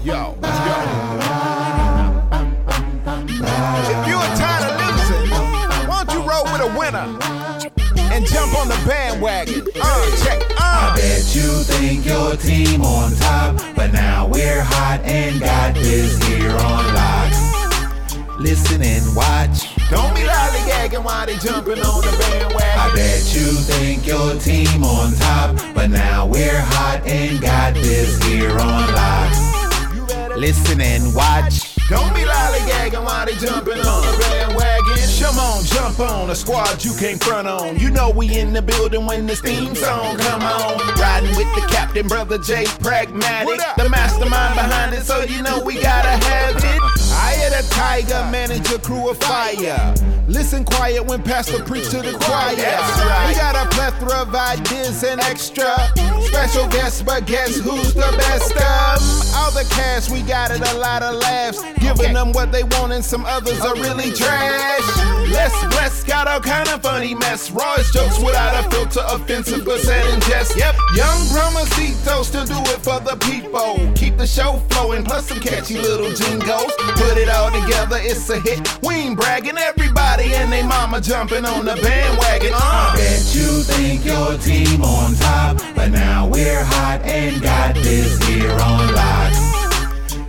Yo, let's go. If you are tired of losing, why don't you roll with a winner and jump on the bandwagon? Uh, check, uh. Bet you think your team on top, but now we're hot and got this here on lock. Listen and watch. Don't be lollygagging while they jumping on the I bandwagon. bet you think your team on top, but now we're hot and got this here on lock. You better Listen and watch. Don't be lollygagging while they jumping on the bandwagon. Come on, jump on the squad you came front on. You know we in the building when this theme song come on. Riding with the captain, brother Jay Pragmatic, the mastermind behind it, so you know we gotta have it. I had a tiger, manage a crew of fire. Listen quiet when pastor preach to the choir. We got a plethora of ideas and extra special guests, but guess who's the best of? All the cash we got it, a lot of laughs. Giving them what they want, and some others are really trash. Less blessed, got all kind of funny mess. Roy's jokes without a filter, offensive but said in jest. Yep, young promosito still do it for the people. Keep the show flowing, plus some catchy little jingles. Put it all together, it's a hit. We ain't bragging, everybody and they mama jumping on the bandwagon. Uh. Bet you think your team on top, but now we're hot and got this here on lock.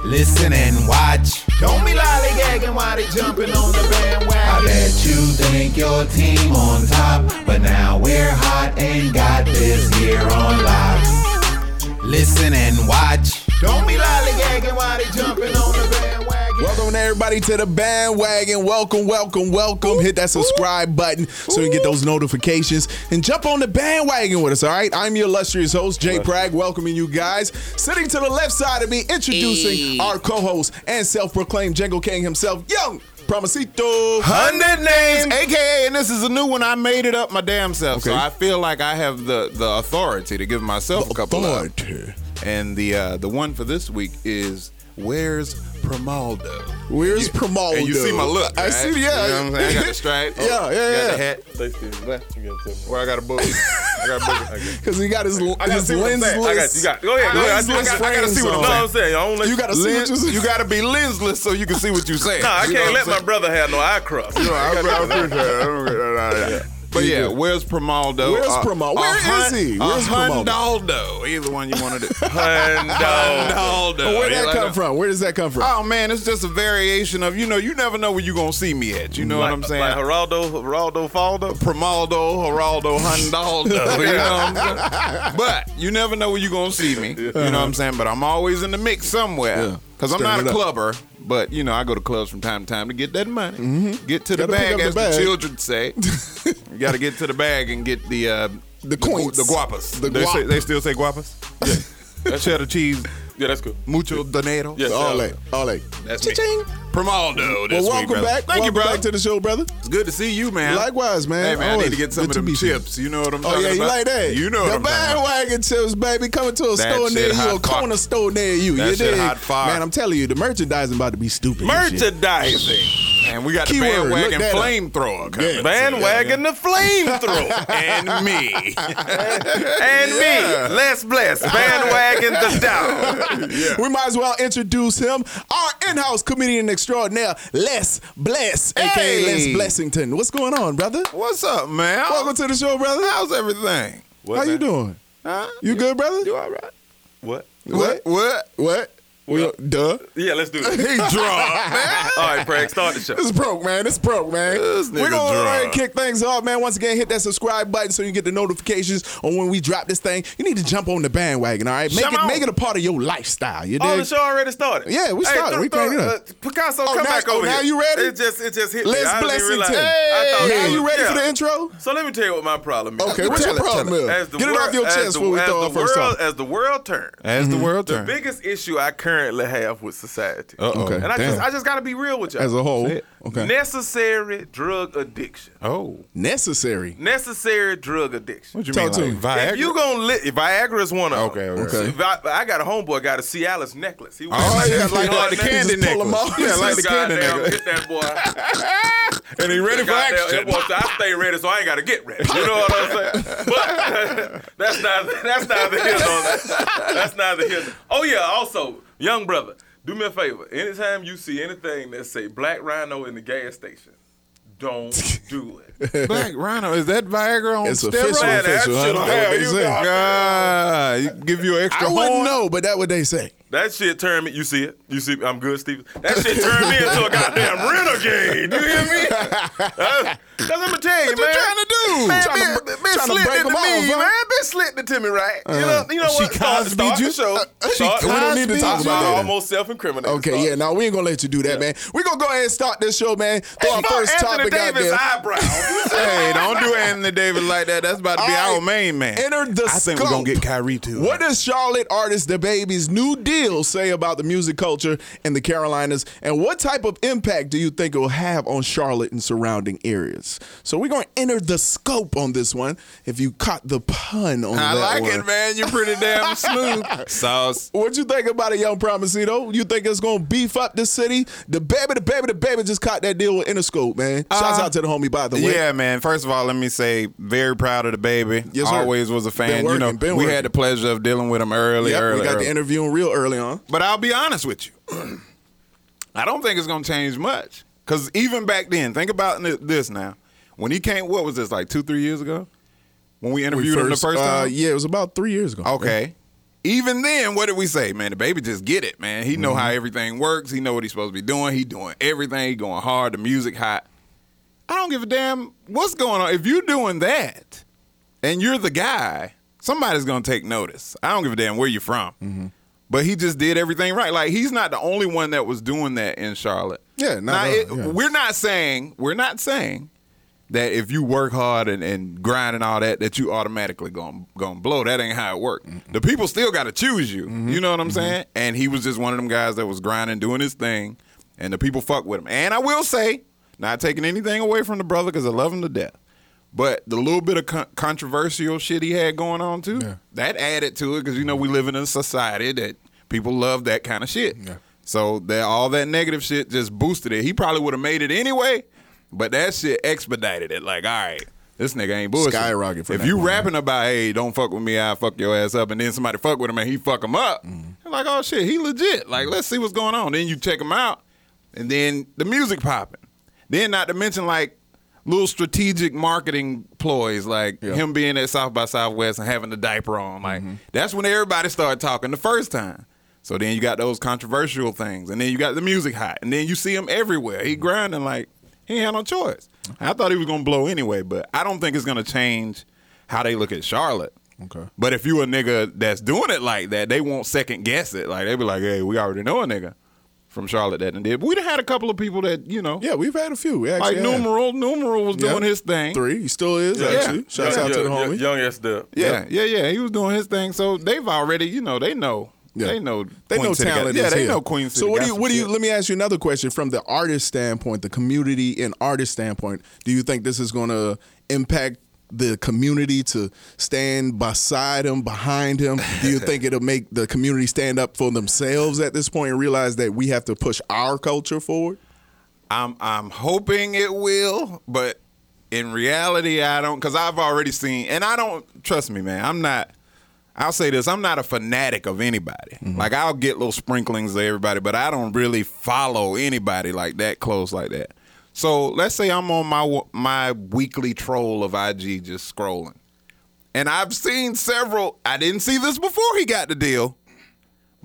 Listen and watch. Don't be lollygagging while they jumping on the I bandwagon. bet you think your team on top, but now we're hot and got this here on lock. Listen and watch. Don't be lollygagging while they jumping on the bandwagon. Welcome everybody to the bandwagon. Welcome, welcome, welcome. Hit that subscribe button so you get those notifications and jump on the bandwagon with us. All right, I'm your illustrious host Jay Prag, welcoming you guys. Sitting to the left side of me, introducing our co-host and self-proclaimed Jango King himself, Young Promesito. Hundred names, aka, and this is a new one. I made it up my damn self, so I feel like I have the the authority to give myself a couple. of- Authority. And the uh, the one for this week is where's Primaldo? Where's Promo? And you see my look. I right? see. You know Yeah, what I'm saying? I got the stripe. Yeah, yeah, yeah. Got the hat. Where I got a boogie. I got a boogie. Because he got his, I gotta his see what I'm lensless. saying. I got you. Got go ahead. Go ahead. I, I, lensless got- I gotta see what, frames no, on. I'm saying. I don't let You gotta see what Lens, you're saying. you gotta be lensless so you can see what you say. Nah, I can't let my brother have no eye cross. No, I, I appreciate that. But yeah, where's Uh, Primaldo? Where's Primal- where Where is is he? Where's Primaldo? Hundaldo. Either one you want to do. Hundo. Hundaldo. Where'd Yeah, that like come a- from? Where does that come from? Oh man, it's just a variation of you know you never know where you gonna see me at. You know what I'm saying? Like Geraldo, Geraldo Faldo. Primaldo, Geraldo, Hundaldo. you know what I'm saying? But you never know where you're going to see me. You know what I'm saying? But I'm always in the mix somewhere. Because I'm Stirring not it a up. clubber, but you know, I go to clubs from time to time to get that money. Get to the Mm-hmm. Gotta pick up bag, the as the, bag. children say. you got to get to the bag and get the. Uh, The gu- coins. The guapas. The they, say, guap- they still say guapas? Yeah. Cheddar cheese, Yeah, that's cool. mucho donado. Yes, All sir. that. All that. That's me. Cha-ching. Primaldo. This Well, welcome week, brother. back. Thank welcome you, brother. back to the show, brother. It's good to see you, man. Likewise, man. Hey, man, I Always need to get good some of to them meet you. chips. You know what I'm Oh talking yeah, about? you like that? You know the what I'm talking about. bandwagon chips, baby. Coming to a That store near shit you, hot a corner fire. store near you. That you shit dig? hot fire. Man, I'm telling you, the merchandising about to be stupid. and shit. Merchandising. And we got Keyword, the look bandwagon that up. flamethrower Yeah. coming. Bandwagon the flamethrower. And me. and Yeah. me, less blessed. Bandwagon the dog. We might as well introduce him, our in-house comedian extraordinaire, Les Bless, aka Les Hey. Blessington. What's going on, brother? What's up, man? Welcome to the show, brother. How's everything? How you doing? Huh? You good, brother? all right? What? What? What? What? We don't- duh. Yeah, let's do it. He drunk, man. All right, Craig, start the show. This is broke, man. This broke, man. This nigga We're gonna drunk. right, kick things off, man. Once again, hit that subscribe button so you get the notifications on when we drop this thing. You need to jump on the bandwagon, all right? Make Jump it on. make it a part of your lifestyle. You Oh, dig? the show already started. Yeah, we started. We cranked it up. uh, Picasso, Oh, come now- back oh, over now here. you ready? It just, it just hit me. Les I didn't even realize. Blessington. I thought Hey, that you was- ready for yeah. the intro? So let me tell you what my problem is. Okay, what's your tell it, problem? tell it. is? As the Get it wor- off your as chest the- before we as throw the our first world, off. As the world turns, As the world the biggest issue I currently have with society, Uh-oh. Okay, and I just, damn. I just got to be real with y'all. As a whole. Okay. necessary drug addiction. Oh. Necessary. Necessary drug addiction. What you Talk mean? to like, If Viagra? you gonna li- Viagra is one of Okay, them. okay. Okay. Vi- I got a homeboy got a Cialis necklace. He was Oh, yeah, like, You know like the what I mean? candy Just pull 'em necklace. off. Yeah, like the Just candy Goddamn, necklace. get that boy. And he ready for Goddamn, action. it was- I stay ready, so I ain't got to get ready. You know what I'm saying? But that's not that's not the here nor there. That's not the here. nor- Oh yeah. Also, young brother, do me a favor. Anytime you see anything that say black rhino in the gas station, don't do it. Black Rhino, is that Viagra on It's steroids? official, Man, that official. I shit don't know on what hell, they you say. got- God, you give you an extra I wouldn't horn. know, but that what they say. That shit turned me. You see it? You see? I'm good, Steven. That shit turned me into a goddamn renegade. You hear me? That's, that's what I'm tell you, What man. you trying to do? Trying Man, to break- been, trying been to slitting break it to 'em off, me, huh? man. Been slitting it to me, right? you know, you know Uh, she what? Start, Cosby'd start you? the show. Uh, she Start- we don't need to talk Cosby'd about you. that. Almost self-incriminating. Okay, yeah. Now we ain't gonna let you do that, man. We're gonna go ahead and start this show, man. Throw our Fuck first Anthony topic out Davis there. eyebrows. Hey, don't do Anthony Davis like that. That's about to All be right. our main man. Enter the I think we're scope. gonna get Kyrie too. What does Charlotte artist The Baby's new deal say about the music culture in the Carolinas? And what type of impact do you think it will have on Charlotte and surrounding areas? So we're going to enter the scope on this one. If you caught the pun on I that like one. it, man. You're pretty damn smooth. Sauce. What you think about it, Young Promisito? You think it's gonna beef up the city? The baby, the baby, the baby just caught that deal with Interscope, man. Shouts Uh, out to the homie, by the way. Yeah, man. First of all, let me say, very proud of the baby. Yes, sir. Always was a fan. Been you know, working, been we working. had the pleasure of dealing with him early, Yep, early. we got early. the interview real early on. But I'll be honest with you. I don't think it's going to change much. Because even back then, think about thi- this now. When he came, what was this, like two, three years ago? When we interviewed him the first uh, time? yeah, it was about three years ago. Okay. Even then, what did we say, man? The baby just get it, man. He know how everything works. He know what he's supposed to be doing. He doing everything. He going hard. The music hot. I don't give a damn what's going on. If you're doing that, and you're the guy, somebody's gonna take notice. I don't give a damn where you're from. Mm-hmm. But he just did everything right. Like he's not the only one that was doing that in Charlotte. Yeah, not now, at it, all, yeah. we're not saying we're not saying that if you work hard and, and grind and all that, that you automatically gonna gonna blow. That ain't how it works. The people still gotta choose you. Mm-hmm. You know what I'm saying? And he was just one of them guys that was grinding, doing his thing, and the people fuck with him. And I will say, not taking anything away from the brother because I love him to death. But the little bit of con- controversial shit he had going on too, that added to it because you know we live in a society that people love that kind of shit. So that all that negative shit just boosted it. He probably would have made it anyway, but that shit expedited it. Like, all right, this nigga ain't bullshit. Skyrocket from If that you point rapping about, hey, don't fuck with me, I will fuck your ass up, and then somebody fuck with him and he fuck him up, Mm. you're like, oh shit, he legit. Like, let's see what's going on. Then you check him out, and then the music popping. Then not to mention like little strategic marketing ploys, like him being at South by Southwest and having the diaper on. Like Mm-hmm. that's when everybody started talking the first time. So then you got those controversial things, and then you got the music hot, and then you see him everywhere. Mm-hmm. He grinding like he ain't had no choice. I thought he was gonna blow anyway, but I don't think it's gonna change how they look at Charlotte. Okay. But if you a nigga that's doing it like that, they won't second guess it. Like they be like, hey, we already know a nigga from Charlotte that done did. But we done had a couple of people that you know, Yeah, we've had a few. We like actually had numeral, numeral was doing Yep. his thing. Three. He still is, Oh, Yeah. actually. Shouts young, out to the young- homie. Young S Dub. Yeah, yeah, yeah. He was doing his thing. So they've already, you know, they know. Yeah. They know. They Queen know City got- talent. yeah, is they here. know Queen City. So what got do you? some What do you? shit. Let me ask you another question from the artist standpoint, the community and artist standpoint. Do you think this is going to impact? The community to stand beside him, behind him. Do you think it'll make the community stand up for themselves at this point and realize that we have to push our culture forward? I'm I'm hoping it will, but in reality, I don't because I've already seen, and I don't trust me, man. I'm not. I'll say this: I'm not a fanatic of anybody. Like I'll get little sprinklings of everybody, but I don't really follow anybody like that close like that. So let's say I'm on my my weekly troll of IG, just scrolling, and I've seen several. I didn't see this before he got the deal.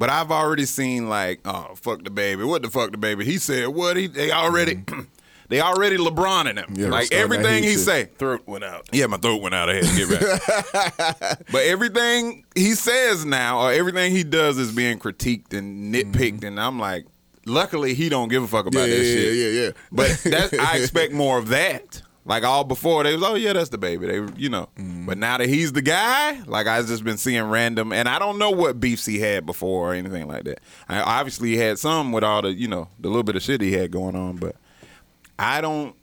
But I've already seen like, oh fuck the baby, what the fuck the baby? He said what he they already they already LeBron in him. Mm-hmm. Yeah, like starting that everything heat he shit. say. Throat went out. Yeah, my throat went out. I had to get back. but everything he says now, or everything he does, is being critiqued and nitpicked, and I'm like, luckily he don't give a fuck about Mm-hmm. Yeah, yeah, that shit. yeah, yeah. But that's, I expect more of that. Like all before, they was oh yeah, that's the baby. They you know, Mm-hmm. but now that he's the guy, like I've just been seeing random, and I don't know what beefs he had before or anything like that. I obviously he had some with all the you know the little bit of shit he had going on, but I don't.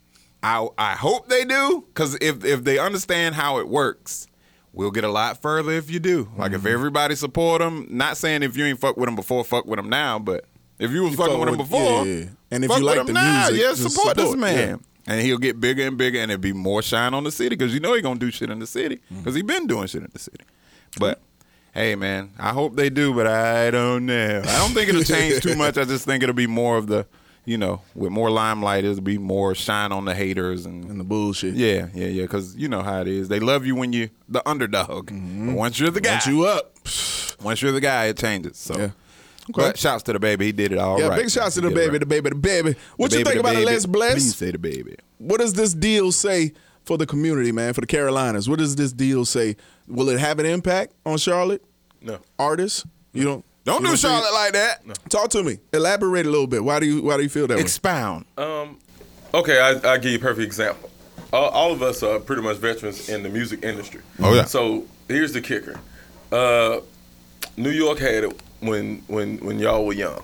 I I hope they do because if if they understand how it works, we'll get a lot further if you do. Like if Mm-hmm. everybody support them. Not saying if you ain't fuck with them before, fuck with them now. But if you was fucking fuck with them with- before, yeah, yeah. And if fuck you with like him the now, music, yeah, just support, this support, man. yeah. And he'll get bigger and bigger, and it'll be Mm. more shine on the city because you know he gonna do shit in the city because he been doing shit in the city. But Hey man, I hope they do, but I don't know. I don't think it'll change too much. I just think it'll be more of the, you know, with more limelight, it'll be more shine on the haters and, and the bullshit. yeah, yeah, yeah. Because you know how it is. They love you when you the underdog. But once you're the guy, Mm-hmm. Once you up. once you're the guy, it changes. So, Yeah. but shouts to the baby. He did it all right. Yeah, big shouts to He the did it baby, right. the baby, the baby. What The you baby, think the about it, baby. Les Please Bless? say the baby. What does this deal say for the community, man? For the Carolinas, what does this deal say? Will it have an impact on Charlotte No. artists? You don't. Don't you do think- Charlotte like that. Talk to me. Elaborate a little bit. Why do you Why do you feel that way? Expound. Um, Okay, I, I'll give you a perfect example. All, all of us are pretty much veterans in the music industry. Oh, yeah. So here's the kicker. Uh, New York had it when when when y'all were young,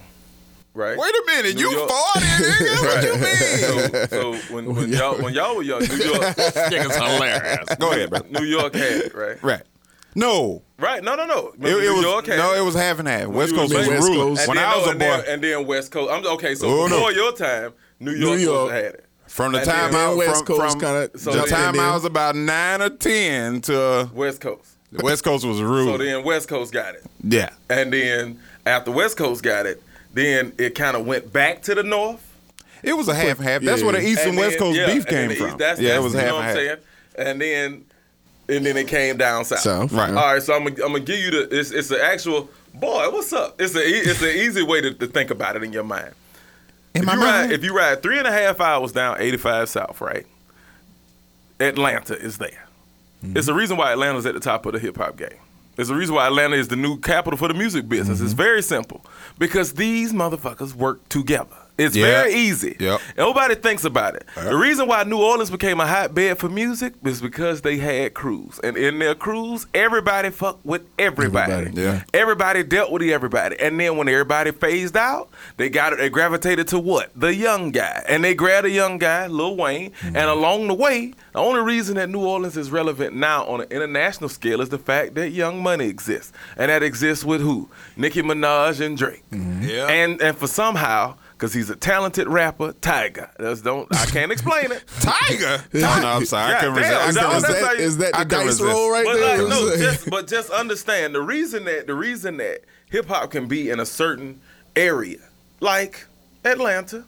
right? Wait a minute, New you York- farted, nigga. What you mean? So, so when, when y'all when y'all were young, New York, Nigga's hilarious. Go ahead, bro. New York had it, right? Right. No, Right? No, no, no. it, it New was York had no, it. it was half and half. West you Coast were was West ruler. Coast. And When then, I was no, a and then- boy, and then West Coast. I'm okay. So Oh, no. before your time, New York, was- York. had it. from the and time then I West from, Coast from kinda So the then- time then- I was about nine or ten to uh, West Coast. the West Coast was ruler. So then West Coast got it. yeah, And then after West Coast got it, then it kind of went back to the north. it was a half and half. That's Yeah. where the East and, then- West Coast yeah, and beef then came the from. East- That's, yeah, that's, it was you half know what I'm and half. saying? And then, and then it came down south. South, Right. All right. So I'm gonna I'm gonna give you the. It's it's the actual boy. What's up? It's a e- it's an easy way to, to think about it in your mind. In if my you ride, mind? if you ride three and a half hours down 85 South, right? Atlanta is there. Mm-hmm. It's the reason why Atlanta's at the top of the hip hop game. It's the reason why Atlanta is the new capital for the music business. Mm-hmm. It's very simple because these motherfuckers work together. It's Yeah. very easy. Yep. Nobody thinks about it. The reason why New Orleans became a hotbed for music is because they had crews. And in their crews, everybody fucked with everybody. Everybody, yeah. Everybody dealt with the everybody. And then when everybody phased out, they got they gravitated to what? The young guy. And they grabbed a young guy, Lil Wayne. And along the way, the only reason that New Orleans is relevant now on an international scale is the fact that Young Money exists. And that exists with who? Nicki Minaj and Drake. Yeah. And and for somehow Cause he's a talented rapper, Tiger. That's don't I can't explain it. Tiger. no, no, I'm sorry. I couldn't God resist. I damn, couldn't dog, Is resist. that's how that, you- is that I the can dice resist. roll right But there? like, no, just but just understand the reason that the reason that hip hop can be in a certain area, like Atlanta,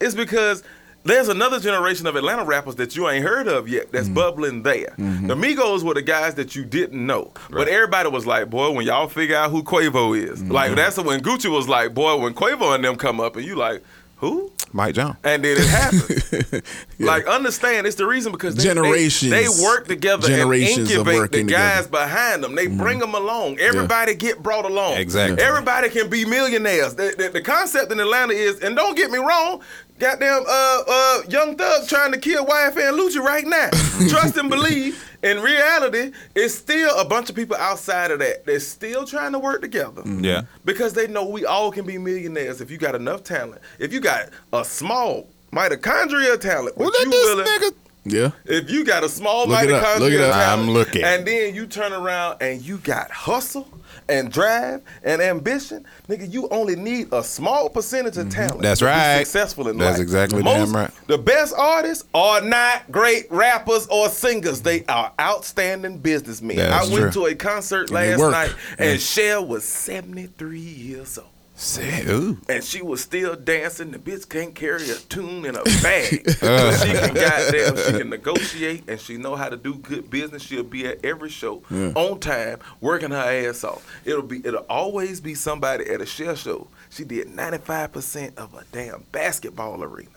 is because there's another generation of Atlanta rappers that you ain't heard of yet Mm. that's bubbling there. Mm-hmm. The Migos were the guys that you didn't know, but everybody was like, "Boy, when y'all figure out who Quavo is, Mm-hmm. like that's when Gucci was like, "Boy, when Quavo and them come up, and you like, who?" Mike John. and then it happened. Like, understand, it's the reason because they, Generations. they, they work together Generations of and incubate the working Mm-hmm. guys behind them. They bring them along. Everybody get brought along. Exactly. Everybody can be millionaires. The, the, the concept in Atlanta is, and don't get me wrong, goddamn uh, uh, Young Thug trying to kill YFN Lucci right now. Trust and believe. In reality, it's still a bunch of people outside of that. They're still trying to work together. Yeah. Because they know we all can be millionaires if you got enough talent. If you got a small mitochondria talent, Well, what let you this willing, nigga. yeah. if you got a small Look it mitochondria up, look it up. talent, I'm looking. and then you turn around and you got hustle and drive and ambition, nigga, you only need a small percentage of Mm-hmm. talent. That's to be right. successful in That's life. exactly Most, damn right. The best artists are not great rappers or singers. They are outstanding businessmen. That's I went true. to a concert they last work. night and Cher was 73 years old Say, ooh. and she was still dancing. The bitch can't carry a tune in a bag. but she Uh. can goddamn, she can negotiate, and she know how to do good business. She'll be at every show on time, working her ass off. It'll be, it'll always be somebody at a shell show. She did ninety five percent of a damn basketball arena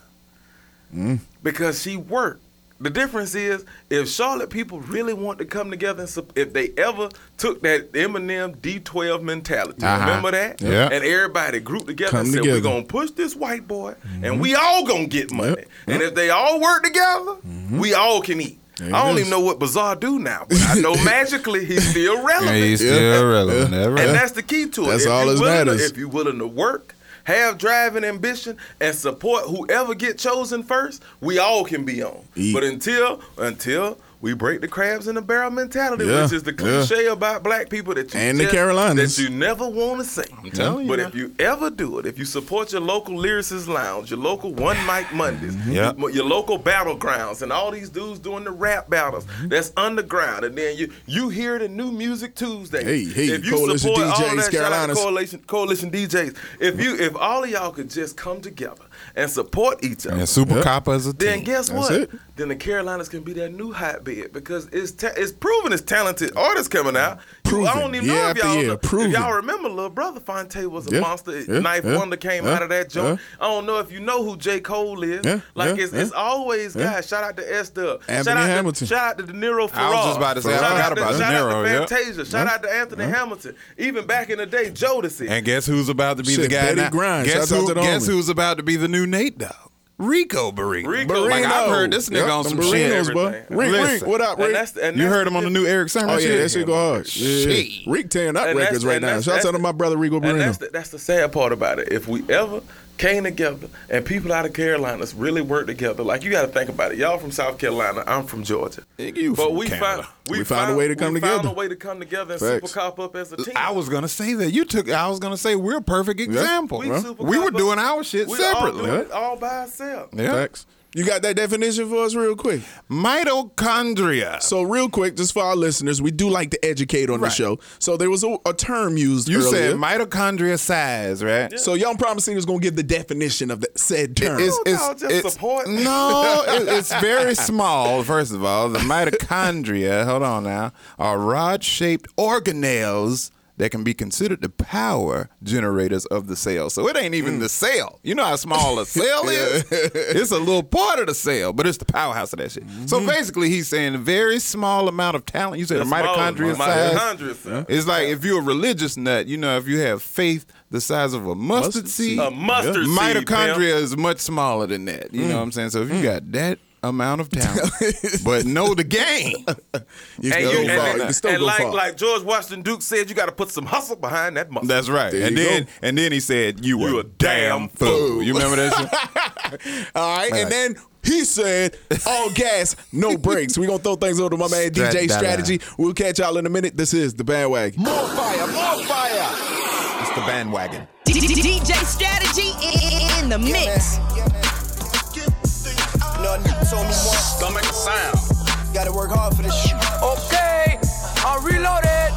because she worked. The difference is if Charlotte people really want to come together, and sup- if they ever took that Eminem D12 mentality, Uh-huh. remember that? Yeah. And everybody grouped together Come and said, together. we're going to push this white boy and we all going to get money. And if they all work together, we all can eat. Mm-hmm. There I it don't is. even know what Bizarre do now, but I know magically he's still relevant. He's still relevant. Never And mind. that's the key to it. That's If all you that willing to- matters. if you're willing to work, have drive and ambition, and support whoever get chosen first, we all can be on. Eat. But until until we break the crabs in the barrel mentality, Yeah, which is the cliche about black people that you And the just- Carolinas. that you never want to say. telling you, but man. if you ever do it, if you support your local lyricist lounge, your local one mic Mondays, Mm-hmm. Yeah. your, your local battlegrounds, and all these dudes doing the rap battles Mm-hmm. that's underground, and then you you hear the new music Tuesday. Hey, hey, if you Coalition support all DJs, that, shout out to Carolinas. coalition coalition DJs. If you if all of y'all could just come together and support each other, And Super Copper is a team. then guess That's what? it. Then the Carolinas can be that new hotbed because it's ta- it's proven it's talented artists coming out. You- I Proven. don't even Year know if after y'all year. know- Proven. if y'all remember little brother Fonte was a Yeah. monster. Yeah. Knife Yeah. Wonder came Yeah. out of that joint. I don't know if you know who J Cole is. Yeah. Like Yeah. it's it's Yeah. always guys. Shout out to S Dub. Shout Anthony out Hamilton. to shout out to De Niro Ferrar. I was just about to say, I shout forgot out to, about De shout out Niro, to yeah. Fantasia. Shout out to Anthony Hamilton. Even back in the day, Jodeci. And guess who's about to be Shit, the guy Betty now? Grimes. Guess, Shout out who- to the guess homie. who's about to be the new Nate Dog? Rico Barino. Rico Like I've Barino. heard this nigga Yep, on some them Barinos, shit. boy. Everything. Rick, Rick, Listen. what up, Rick? And that's the- and you that's heard him the on the diff- new Eric Sermon Oh yeah, shit. that shit go hard. Yeah. Shit. Rick tearing up And that's- records right and now. that's- Shout out to that's- my brother Rico And Barino. that's the, that's the sad part about it. If we ever came together and people out of Carolinas really worked together, like you got to think about it. Y'all from South Carolina, I'm from Georgia. Nigga, you but from we Canada. found We found a way to come we together. Found a way to come together and Facts. super cop up as a team. I was gonna say that you took. I was gonna say we're a perfect example. we, We, super were cop up. doing our shit we All, separately. doing it all by ourselves. Yeah. Facts. You got that definition for us, real quick. Mitochondria. So, real quick, just for our listeners, we do like to educate on the Right. show. So there was a, a term used. you earlier. said mitochondria size, right? So young promising is gonna give the definition of the said term. It's, No, it's, no, just it's- support. No, it- it's very small. First of all, the mitochondria. hold on now. Are rod-shaped organelles that can be considered the power generators of the cell. So it ain't even the cell. You know how small a cell is. It's a little part of the cell, but it's the powerhouse of that shit. So basically, he's saying a very small amount of talent. You said The a small mitochondria amount. size. Mitochondria size. It's like if you're a religious nut. You know, if you have faith the size of a mustard, seed, A mustard seed, mitochondria pimp. is much smaller than that. You know what I'm saying? So if you got that amount of talent, but know the game, you And, you, go and, far. and, You still and go like far. like George Washington Duke said, you got to put some hustle behind that muscle. that's right. There and you then go. and then he said, "You, You were a a damn damn fool." You remember that? shit? All right, and Right. then he said, "All gas, no brakes." We gonna throw things over to my man Strat- DJ da- da. Strategy. We'll catch y'all in a minute. This is the bandwagon. More fire, more fire. It's the bandwagon. DJ strategy in- in the mix. Nothing you told me once. Don't make a sound. Gotta work hard for this shit. Okay, I'm reloaded.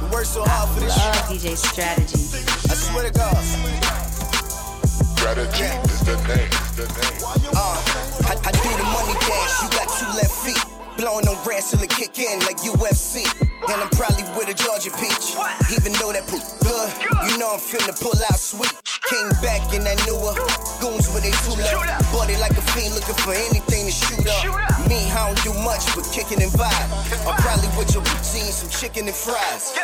You work so hard for this shit. Love DJ strategy. I swear to God. Strategy is the name. Is the name. Uh, I, I do the money dash. You got two left feet. Blowing on grass till it kick in like UFC. And I'm probably with a Georgia peach. Even though that poop good, you know I'm finna pull out sweet. Came back in that newer goons with they two left. Body like a fiend looking for anything to shoot up. Me, I don't do much but kicking and vibe. I'm probably with your routine, some chicken and fries.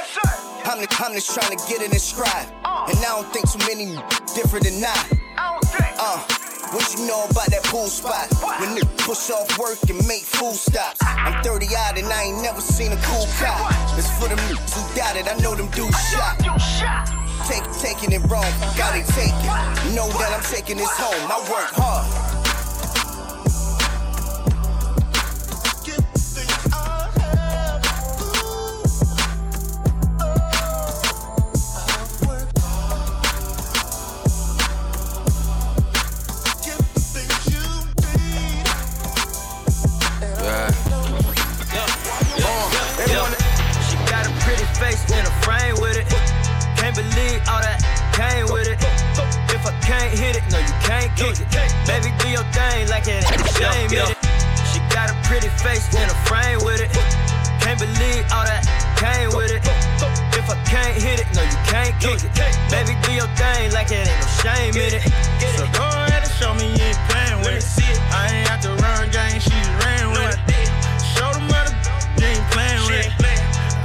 I'm, the, I'm just trying to get it inscribed. And I don't think too many different than I. Uh, what you know about that pool spot? When niggas push off work and make full stops. I'm 30 odd and I ain't never seen a cool cop. It's for them niggas who doubt it. I know them dudes shot. Take, taking it wrong, got it taken. Know that I'm taking this home. I work hard. Uh, She got a pretty face in a frame with it. Can't believe all that came with it. If I can't hit it, no, you can't kick it. Baby, do your thing like it ain't a shame in it. She got a pretty face in a frame with it. Can't believe all that came with it. If I can't hit it, no, you can't kick it. Baby, do your thing like it ain't no shame in it. So go ahead and show me you ain't playing with it. I ain't out to run game, she ran with it. Show them mother you ain't playing with.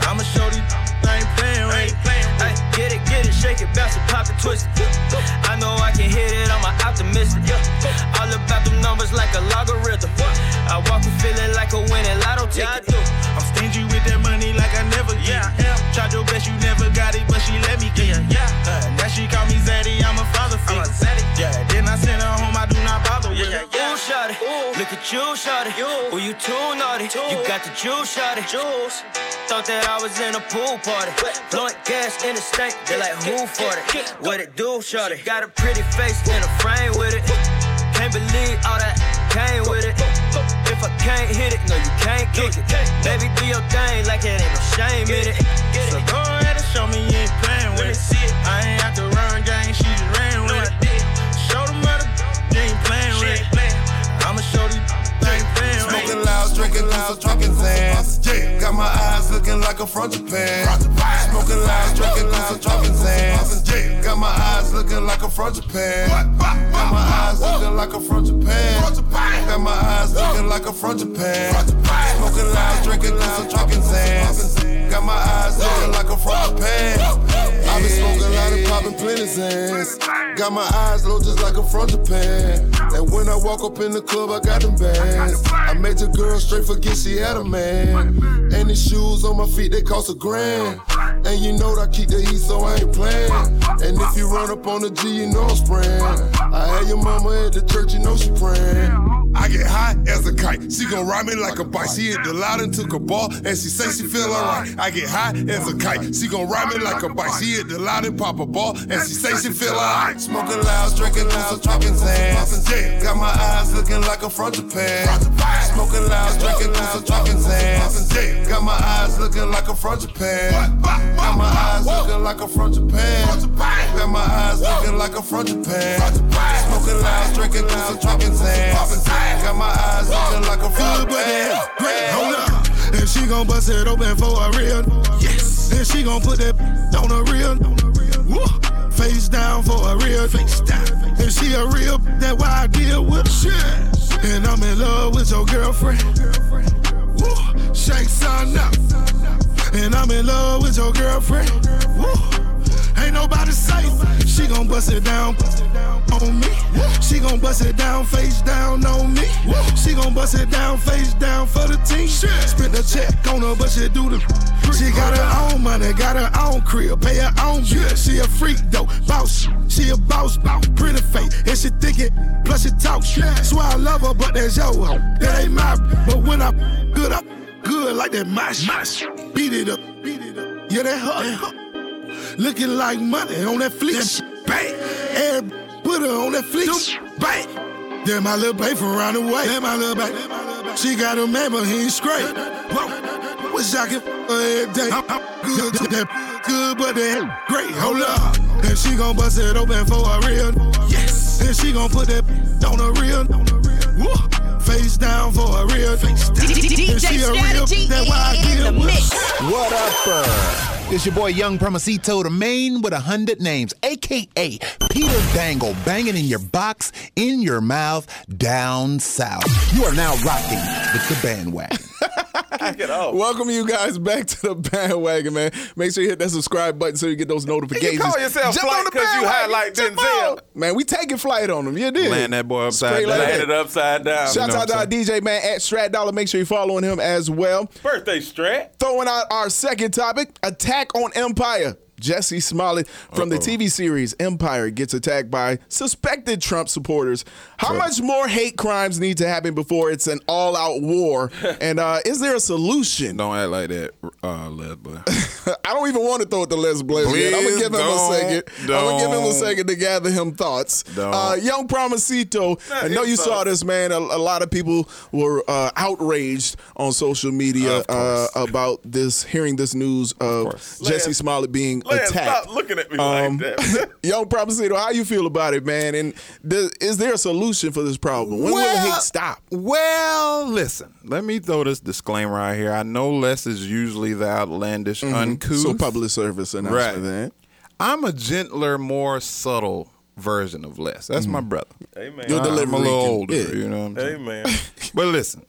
I'ma show these I ain't playing with. Ay, get it, get it, shake it, bounce it, pop it, twist it. I know I can hit it, I'm an optimistic. All about them numbers like a logarithm. I walk and feeling like a winning lotto ticket. I'm stingy with that money like I never get yeah, it. Tried your best, you never got it, but she let me get it. Yeah. Uh, now she call me Zaddy, I'm a father figure. Yeah, then I send her home, I do not bother with yeah, yeah, yeah. Ooh, shawty, look at you, shorty. Well, you too naughty. You got the juice, shorty. Juice. Thought that I was in a pool party. Blunt gas in the stank. They like who for it? What it do, shorty? Got a pretty face in a frame with it. Can't believe all that came with it. If I can't hit it, no, you can't kick it. Baby, do your thing like it ain't no shame in it. So go ahead and show me you ain't playing with it. I ain't out to run game, she just ran with it. Show the mother, they ain't playing with it. I'ma show these they ain't playing with it. Smoking loud, drinking loud, drinking Zans. Yeah, got my eyes looking like a front Japan. Smoking loud, drinking loud, drinking Zans. Yeah, got my eyes looking like a front Japan. Got my eyes looking like a front Japan. Got my eyes looking like a front Japan. Smoking loud, drinking loud, drinking Zans. Got my eyes looking like a front Japan. I've been smoking loud and popping plenty Zans. Got my eyes low just like a front Japan. And when I walk up in the club, I got them bands. I made your girl straight forget she had a man. And the shoes on my feet, they cost a grand. And you know that I keep the heat, so I ain't playing. And if you run up on the G, you know I'm spraying. I had your mama at the church, you know she praying. I get high as a kite. She gon' ride me like a bike. She hit the loud and took a ball, and she say she feel alright. I get high as a kite. She gon' ride me like a bike. She hit the loud and pop a ball, and she say she feel alright. Smoking loud, drinking loud, dropping Zans. Got my eyes looking like a front Japan. Smoking loud, drinking loud, dropping Zans. Got my eyes looking like a front Japan. Got my eyes looking like a front Japan. Got my eyes looking like a front Japan. Smoking loud, drinking loud, dropping Zans. Got my eyes looking like a front Japan. Hold up. Then she gon' bust it open for a real. Yes. Then she gon' put that on a real. Woo. Face down for a real. Face down. And she a real that why I deal with shit. And I'm in love with your girlfriend. Woo. Shake sun up. And I'm in love with your girlfriend. Woo. Ain't nobody safe. She gon' bust it down on me. She gon' bust it down, face down on me. She gon' bust it down, face down for the team. Spent the check on her, but she do the. She got her own money, got her own crib, pay her own bill. She a freak though, boss. She a boss, bout pretty face, and she think it. Plus she talk shit. Swear I love her, but that's yo hoe. That ain't my. But when I good, I good like that my shit. Beat it up, beat it up. Yeah, that her. That her looking like money on that fleet. Bang. Every put her on that fleet. Bang. Then my little baby from around the way. Then my little baby. She got a man, but he ain't straight. Whoa. Wish I could f- her every day. I'm, I'm good, to that good, but that great. Hold up. Then she gon' bust it open for a real. Yes. Then she gon' put that on a real. Woo. Face down for a real. Face down. DJ Then she a real. strategy That why I in the deal with. mix. What up, uh? It's your boy Young Promacito, the main with a hundred names, aka Peter Dangle, banging in your box, in your mouth, down south. You are now rocking with the bandwagon. Get off. Welcome you guys back to the bandwagon, man. Make sure you hit that subscribe button so you get those notifications. call yourself Jump Flight on the 'cause you bandwagon. high like Jump Denzel. on. Man, we taking flight on them. You did. Land that boy upside Straight down. like Landed upside down. Shout out to our DJ man at Strat Dollar. Make sure you're following him as well. Birthday strat. Throwing out our second topic: attack on Empire. Jesse Smollett from the TV series Empire gets attacked by suspected Trump supporters. How much more hate crimes need to happen before it's an all-out war? and uh, is there a solution? Don't act like that, uh, Leslie. I don't even want to throw it to Les Blaze yet. I'm gonna Please give him a don't, 2nd I'm gonna give him a don't. second to gather him thoughts. Don't. Uh, Young Promesito, I know you his saw thoughts. this, man. A, a lot of people were uh, outraged on social media Of uh, course. about this, hearing this news of, Jesse Les- Smollett being Lance, attacked. stop looking at me Um, like that. Young Promesito, how you feel about it, man? And th- is there a solution for this problem? When will the hate stop? Well, listen. Let me throw this disclaimer out here. I know less is usually the outlandish, uncouth. So public service announcement. Right. Then. I'm a gentler, more subtle version of less. That's Mm-hmm. my brother. Amen. Your I'm a delivery little can- older. yeah. You know what I'm saying? Amen. But listen,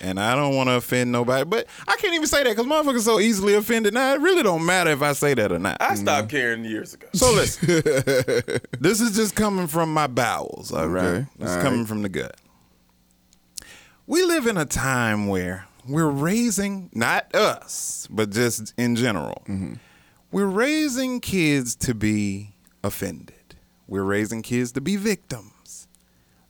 and I don't want to offend nobody, but I can't even say that because motherfuckers so easily offended. Now it really don't matter if I say that or not. I stopped caring years ago. so listen, this is just coming from my bowels. All right, Okay, it's all coming from the gut. We live in a time where we're raising not us, but just in general, Mm-hmm. we're raising kids to be offended. We're raising kids to be victims.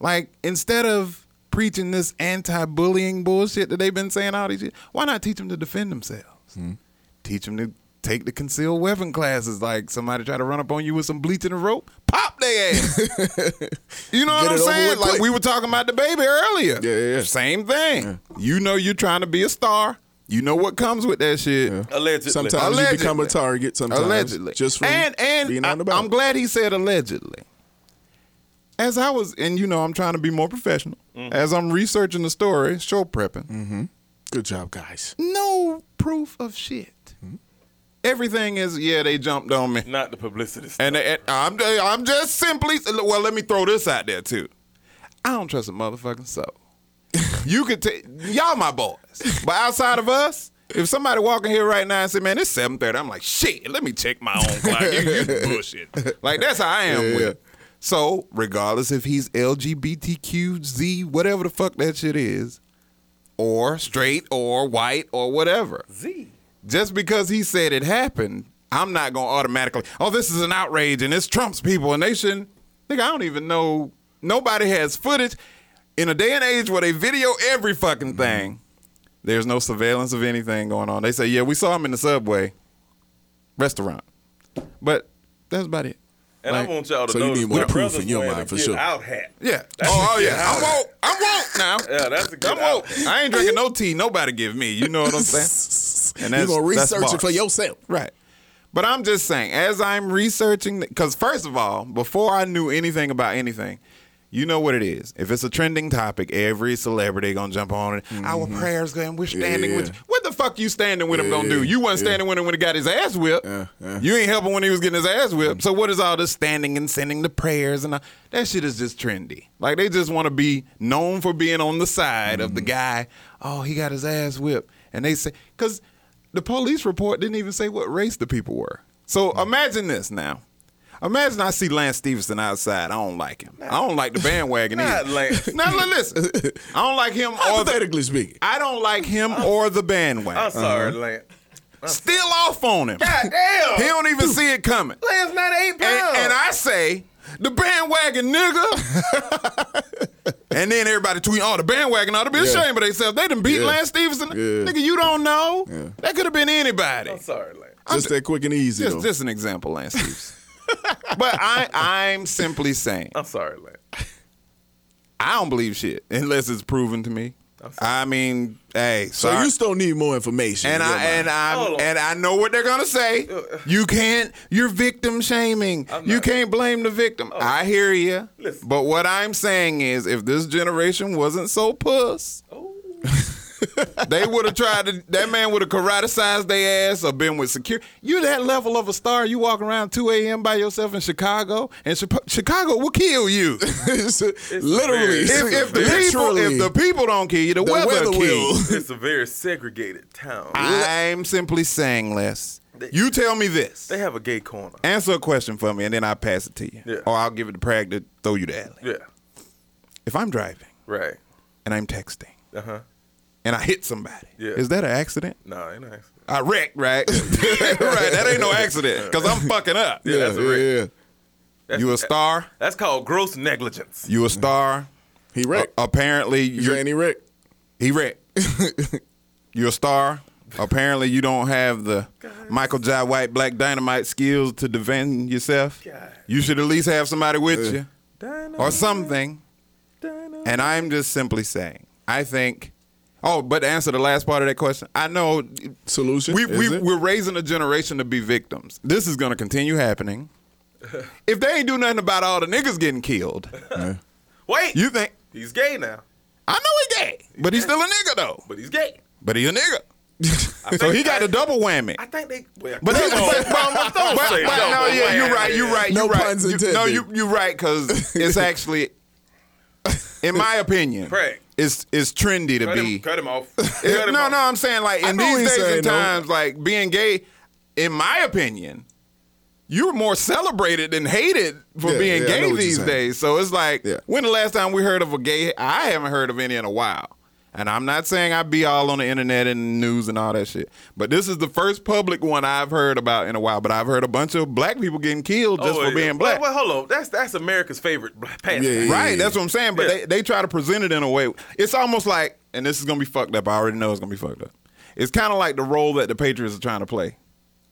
Like instead of preaching this anti-bullying bullshit that they've been saying all these years, why not teach them to defend themselves? Hmm. Teach them to take the concealed weapon classes. Like somebody try to run up on you with some bleach and a rope, pop their ass. you know Get it what I'm over saying? with Like quick. we were talking about the baby earlier. Yeah, yeah, yeah. Same thing. You know you're trying to be a star. You know what comes with that shit. Allegedly. Sometimes you Allegedly. become a target. Sometimes Allegedly. just from and and being I, on the ball. I'm glad he said allegedly. As I was, and you know, I'm trying to be more professional. Mm-hmm. As I'm researching the story, show prepping, Good job, guys. no proof of shit. Everything is yeah, they jumped on me. Not the publicity stuff. And, and I'm I'm just simply well. Let me throw this out there too. I don't trust a motherfucking soul. you could take y'all my boys, but outside of us, if somebody walking here right now and say, "Man, it's 7.30, I'm like, "Shit, let me check my own clock." you, you bullshit. Like that's how I am with. it. So regardless if he's LGBTQZ, whatever the fuck that shit is, or straight or white or whatever, Z. just because he said it happened, I'm not gonna automatically. Oh, this is an outrage, and it's Trump's people, and they shouldn't. Nigga, I don't even know. Nobody has footage. In a day and age where they video every fucking thing, there's no surveillance of anything going on. They say, yeah, we saw him in the subway, restaurant, but that's about it. And Like, I want y'all to so you know need that more my proof brother's in your wearing a mind, for get sure. Out hat. Yeah. That's oh, a oh, good yeah. I'm outfit. woke. I'm woke now. Yeah, that's a good I'm woke. outfit. I ain't drinking no tea. Nobody give me. You know what I'm saying? And You're that's- gonna that's research it bars. for yourself. Right. But I'm just saying, as I'm researching, because first of all, before I knew anything about anything, you know what it is. If it's a trending topic, every celebrity gonna jump on it. Our Mm-hmm. prayers, and we're standing with you. What the fuck you standing with him gonna do? You wasn't standing with him when he got his ass whipped. You ain't helping when he was getting his ass whipped. So what is all this standing and sending the prayers and all? that shit is just trendy. Like they just want to be known for being on the side of the Mm-hmm. guy. Oh, he got his ass whipped, and they say because the police report didn't even say what race the people were. So Mm-hmm. imagine this now. Imagine I see Lance Stevenson outside. I don't like him. I don't like the bandwagon Not either. Lance. Now li- listen, I don't like him or the, Hypothetically speaking, I don't like him or the I'm bandwagon. Uh-huh. sorry, Lance. Still off on him. God damn. He don't even see it coming. Lance not eight And, and I say, the bandwagon nigga. and then everybody tweet, oh, the bandwagon ought to be ashamed of themselves. They done beat Yeah. Lance Stevenson. Yeah. Nigga, you don't know. That could have been anybody. I'm sorry, Lance. just that quick and easy. Just, though. just an example, Lance Stevenson. but I, I'm simply saying, I'm sorry, Lance. I don't believe shit unless it's proven to me. I mean, hey, so sorry. you still need more information. and in your I and mind. I Hold on. Uh, and I know what they're gonna say. You can't. You're victim shaming. I'm You not. Oh. can't blame the victim. I hear you. Listen. But what I'm saying is, if this generation wasn't so puss, Oh. they would have tried to. That man would have karate sized their ass or been with security. You that level of a star. You walk around 2 a.m. by yourself in Chicago, and Chip- Chicago will kill you. It's- literally, if, if the people, if the people don't kill you, the, The weather, Ah. weather will. will. It's a very segregated town. I'm simply saying, Les. You tell me this. they have a gay corner. Answer a question for me, and then I'll pass it to you. Yeah. Or I'll give it to Prag to throw you to alley. Yeah. If I'm driving Right. and I'm texting Uh huh. and I hit somebody, Yeah. is that an accident? No, ain't nice. I wrecked, right? right. That ain't no accident because I'm fucking up. Yeah, that's a yeah, wreck. yeah, You a star. That's called gross negligence. You a star. he wrecked. A- apparently, you you're, ain't he wrecked? he wrecked. you're a star. Apparently, you don't have the Michael J. White Black Dynamite skills to defend yourself. God. You should at least have somebody with you. Dino, or something. And I'm just simply saying, I think. Oh, but to answer the last part of that question, I know Solution, We, is we it? we're raising a generation to be victims. This is going to continue happening. if they ain't do nothing about all the niggas getting killed, Wait. you think he's gay now, I know he gay, but he's still a nigga though. but he's gay. But he a nigga, so he got a double whammy. I think they. Well, But, come but, on. but, but, but- say but no, no, but yeah, wait. you're right, you're right, No you're right. puns You- No, intended. you you're right because it's actually, in my opinion, Correct. it's it's trendy to cut, him, be. cut him off. It- Cut him no, off. no, I'm saying like in know what these he's days saying, and though. times, like being gay, in my opinion, you're more celebrated than hated for Yeah, being yeah, I know gay what you're these saying. days. So it's like Yeah. when the last time we heard of a gay? I haven't heard of any in a while. And I'm not saying I be all on the internet and news and all that shit. But this is the first public one I've heard about in a while. But I've heard a bunch of black people getting killed just Oh, for yeah. being black. Well, well, hold on. That's that's America's favorite bl- pastime. right, that's what I'm saying. But Yeah. they, they try to present it in a way. It's almost like, and this is gonna be fucked up. I already know it's gonna be fucked up. It's kind of like the role that the Patriots are trying to play.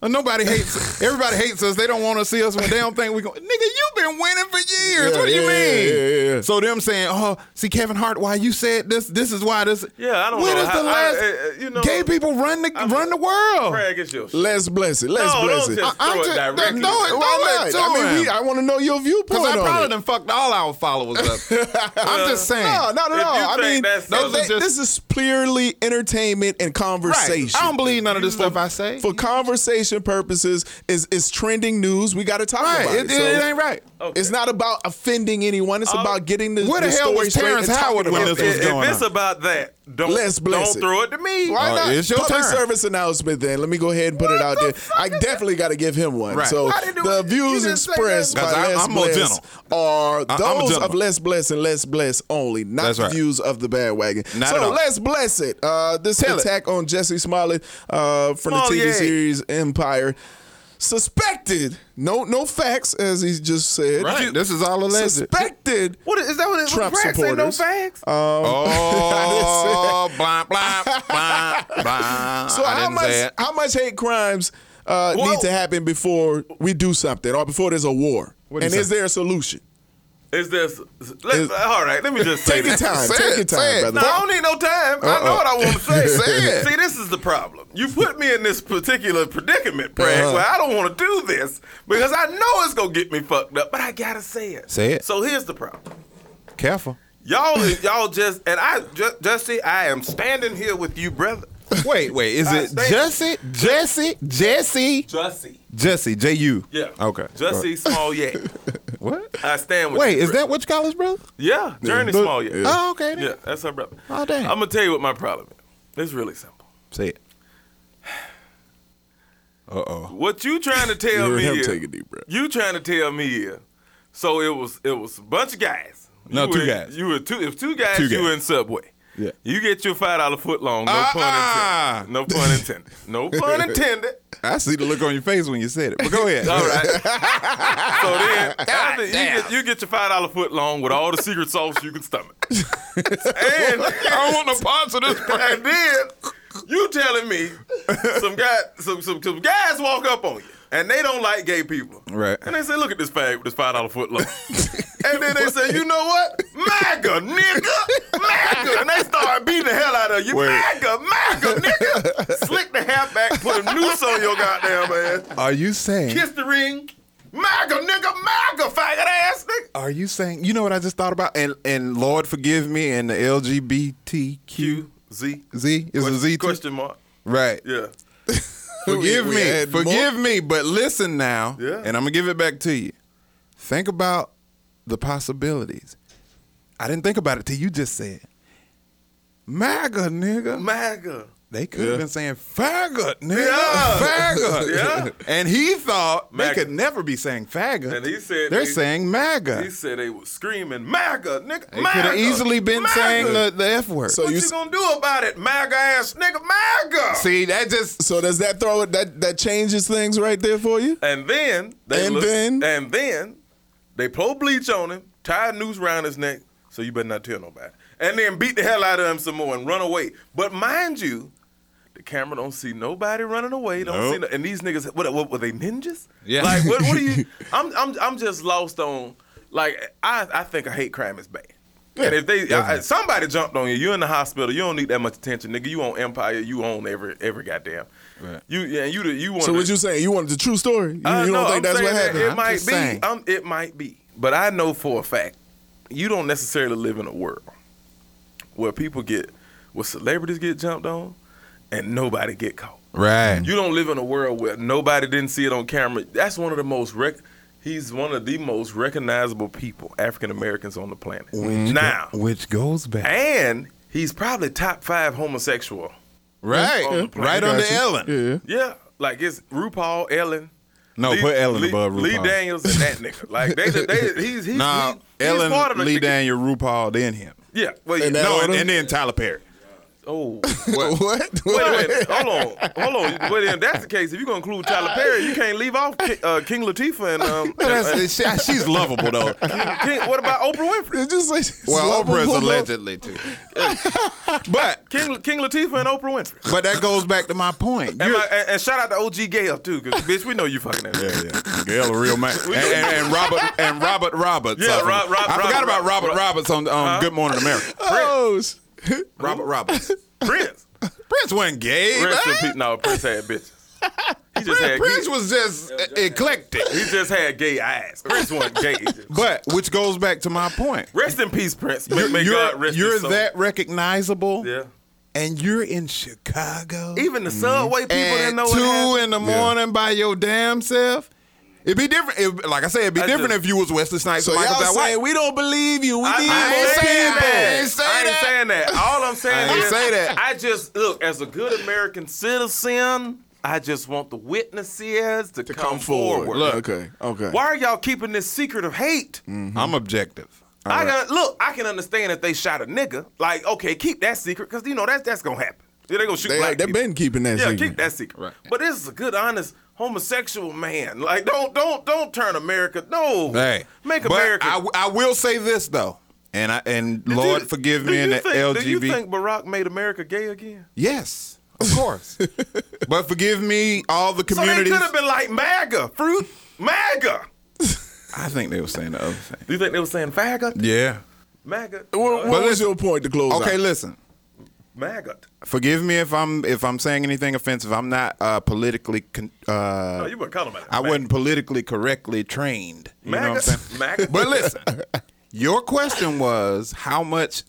And nobody hates. everybody hates us. They don't want to see us when they don't think we going. Nigga, you've been winning for years. Yeah, what do you yeah, mean? yeah, yeah, yeah. So them saying, oh, see Kevin Hart, why you said this? This is why this. Yeah, I don't When know is how- the I- last? uh, you know- gay people run the run the world. Craig, it's your shit. Let's bless it. Let's No, bless don't it. just I- I'm throw it just- no, directly. no, Why no, not? no, I mean, Tell we, him. I want to know your viewpoint Because I on probably it. done fucked all our followers up. I'm just saying. No, not at If you all. I think mean, that's- no, those they- are this just- is purely entertainment and conversation. Right. I don't believe none of this stuff I say. For conversation purposes, is is trending news. We got to talk Right. about it. It- it- it ain't right. It's not about offending anyone. It's about getting the Where the hell story was straight Terrence and talking Howard when about this it. was Uh, If going it's on? about that, don't Let's bless don't it. throw it to me. Why Uh, not? It's your public turn. service announcement. Then let me go ahead and put it out there. I definitely got to give him one. Right. So I didn't do the it. views You didn't say expressed by nothing. 'Cause I- Less I'm more Bless gentle. are I'm a those of gentleman. Less Bless and Less Bless only, not That's the right. views of the bandwagon. Not at so all. Let's Bless it. Uh, this Tell it. attack on Jesse Smollett uh, from the TV Smollett. series Empire. Suspected, no, no facts, as he just said. Right. This is all alleged. Suspected. What is, is that? What it Trump Craig say no supporters. Um, facts. Oh, blah, blah, blah, blah. So I how didn't say much it. how much hate crimes uh, Well- need to happen before we do something or before there's a war? do And you is there a solution? Is this? Let, Is- all right, let me just say Take your this. time. Say take it, your say it. time, No, brother. I don't need no time. I know what I want to say. Say it. See, this is the problem. You put me in this particular predicament, Brad, Uh-huh. where I don't want to do this because I know it's gonna get me fucked up, but I gotta say it. Say it. So here's the problem. Careful. Y'all, y'all just and I, just, Jesse, I am standing here with you, brother. Wait, wait. Is I it think- Jesse? Jesse? Jesse? Jesse. Jesse? J U. Yeah. Okay. Jesse Smollett. What? I stand with. Wait, you, is brother. that what you call his brother? Yeah, Journey Look- Smollett. Oh, okay. then. Yeah, that's her brother. Oh, damn. I'm gonna tell you what my problem is. It's really simple. Say it. Uh oh. What you trying to You tell heard me? him is- take a deep breath. You trying to tell me? is- So it was it was a bunch of guys. No, You two were- guys. You were two. If two guys, Two you were guys. in Subway. Yeah. You get your five dollar foot long. No Ah! pun intended. No pun intended. No pun intended. I see the look on your face when you said it. But go ahead. All right. so then, after you get, you get your five dollar foot long with all the secret sauce you can stomach. and I don't want no parts of this. And then you telling me some guy, some, some some guys walk up on you and they don't like gay people, Right. And they say, "Look at this fag with this five dollar foot long." and then they say, "You know what, MAGA nigga, MAGA," and they start beating the hell out of you, Wait. MAGA, MAGA nigga. Slick the hair back, put a noose on your goddamn ass Are you saying? kiss the ring. MAGA, nigga, MAGA, faggot ass nigga. Are you saying? You know what I just thought about? And and Lord forgive me. And the LGBTQ. Z. Z is a Z too? Question mark. Right. Yeah. Forgive We- we me. had Forgive me, but listen now. Yeah. And I'm going to give it back to you. Think about the possibilities. I didn't think about it till you just said. MAGA, nigga. MAGA. they could have been saying faggot, nigga. Yeah. Faggot. Yeah. And he thought MAGA. they could never be saying faggot. And he said they're they- saying MAGA. He said they was screaming, MAGA, nigga, they could MAGA. have easily been MAGA. saying uh, the, the F word. So What you you, s- gonna do about it, MAGA ass nigga, MAGA? See, that just So does that throw it that that changes things right there for you? And then they And look- then? and then they pour bleach on him, tie a noose around his neck, so you better not tell nobody. And then beat the hell out of him some more and run away. But mind you, the camera don't see nobody running away. Don't see no, and these niggas what, what were they ninjas? Yeah. Like what what are you I'm I'm I'm just lost on like I I think a hate crime is bad. and if they I, I- somebody jumped on you, you're in the hospital. You don't need that much attention, nigga. You own Empire. You own every every goddamn. Right. You yeah. You the- you Uh, want. So what you saying? You want the true story? You, you don't think that's what happened? It I'm might be. just saying. Um, it might be. But I know for a fact, you don't necessarily live in a world where people get, where celebrities get jumped on, and nobody get caught. right. You don't live in a world where nobody didn't see it on camera. That's one of the most rec. He's one of the most recognizable people, African Americans on the planet. Mm-hmm. now, Which goes back. and he's probably top five homosexual. Right, On the plane. right under Gotcha. Ellen. yeah. Yeah, like it's RuPaul, Ellen. No, put Ellen Lee, above RuPaul. Lee Daniels and that nigga. Like they, they, he's he's, Nah, he's, he's Ellen, part of the Lee Daniels. Daniel, RuPaul, then him. Yeah, well, And that no, no, order? and, and then Tyler Perry. Oh, what? Wait a minute. Hold on. Hold on. But then that's the case. If you're gonna include Tyler Perry, you can't leave off Ki- uh, King Latifah and um. and- she's lovable though. King, what about Oprah Winfrey? It's just like Well, lovable, Oprah's love- allegedly too. but King King Latifah and Oprah Winfrey. but that goes back to my point. And, You're- my, and, and shout out to OG Gale too, because bitch, we know you fucking that. Yeah, yeah. Gail a real man. And, and, and Robert and Robert Roberts. Yeah, I think. Rob- Rob- I forgot Robert- Uh-huh. about Robert Rob- Roberts on, on Good Morning America. Oh, s- Robert Roberts. Prince. Prince wasn't gay. Prince man. and Pete. No, Prince had bitches. He just had. Prince he- was just e- eclectic. He just had gay eyes. Prince wasn't gay. He just- But which goes back to my point. Rest in peace, Prince. May, You're, may you're- God rest his you're soul. that recognizable, Yeah. and you're in Chicago. Even the subway people didn't and know what two happened. in the morning by your damn self. It'd be different. It, like I said, it'd be I different just- if you was Wesley Snipes. So and Michael y'all Bell White. saying we don't believe you? We I, need I more ain't saying people. that. I ain't say I ain't that. saying that. All I'm saying I ain't is, say that. I just look as a good American citizen. I just want the witnesses to, come, forward. Look, okay, okay. Why are y'all keeping this secret of hate? I'm objective. Mm-hmm. I got look. I can understand if they shot a nigga. Like, okay, keep that secret because you know that's that's gonna happen. Yeah, they gonna shoot. They- black they people. been keeping that Yeah, secret. keep that secret. Right. But this is a good, honest homosexual man. Like, don't don't don't turn America. No. Hey, Make but America. I, w- I will say this though, and I and Do you- Lord forgive do me and you the think- LGBT. Do you think Barack made America gay again? yes, of course. but forgive me, all the So they communities. could have been like MAGA, fruit MAGA. I think they were saying the other thing. Do you think they were saying faggot? Yeah. MAGA. What, what was your point to close out? Okay, listen. MAGA. Forgive me if I'm if I'm saying anything offensive. I'm not uh, politically. Con- uh, No, you wouldn't call him that. I wasn't politically correctly trained. You know what I'm MAGA. saying? MAGA. But listen, your question was how much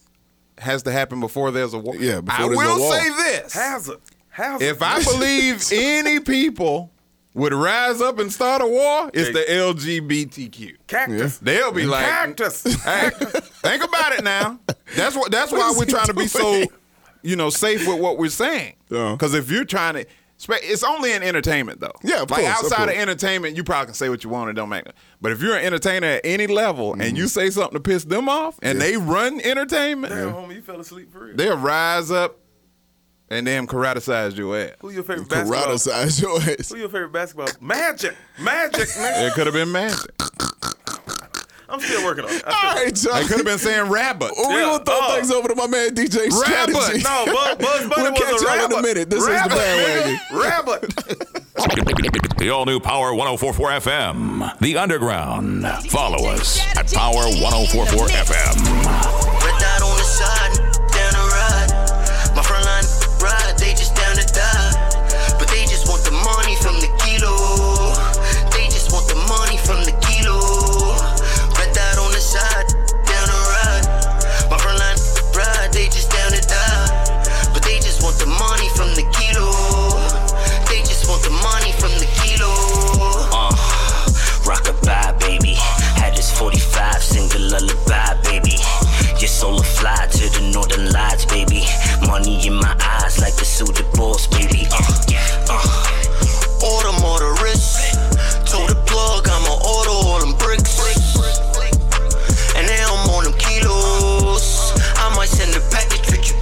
has to happen before there's a war. Yeah, before I there's a will war. say this: Hazard. Hazard. if I believe any people would rise up and start a war, it's the LGBTQ. Cactus. They'll be like, Cactus. Hey, think about it now. That's what. That's why is we're he trying to be so, doing? you know, safe with what we're saying. Uh-huh. Because if you're trying to, spe- it's only in entertainment though. Yeah, of like course, of outside of, course. entertainment, you probably can say what you want and don't make. But if you're an entertainer at any level Mm-hmm. and you say something to piss them off, and they run entertainment, Damn, homie, you fell asleep for real. they'll rise up and then karatecize your ass. Who your favorite Corrado basketball? size your ass. Who your favorite basketball? Magic. Magic, man. It could have been magic. I'm still working on it. I All still- right, John. They could have been saying rabbit. Well, we Yeah, gonna throw uh, things over to my man DJ Rabbit. Strategy. No, Buzz, Buzz Bunny We'll was catch a y'all in rabbit. a minute. This is the rabbit, bandwagon. nigga. Rabbit. The all new Power 1044 FM, The Underground. Follow us at Power 1044 FM. Red dot on the side, down the ride. My front line ride, they just down to die. But they just want the money from the kilo. They just want the money from the kilo. Red dot on the side, down the ride. My front line ride, they just down to die. But they just want the money from the kilo. They just want the money from the kilo. Uh, rock bye, baby. Had this 45 single lullaby, baby. Your soul will fly to the northern lights, baby. Money in my eyes like the suit of boss, baby. Uh, uh. Order more the wrist. Told the plug I'ma order all them bricks. And now I'm on them kilos. I might send a package with you.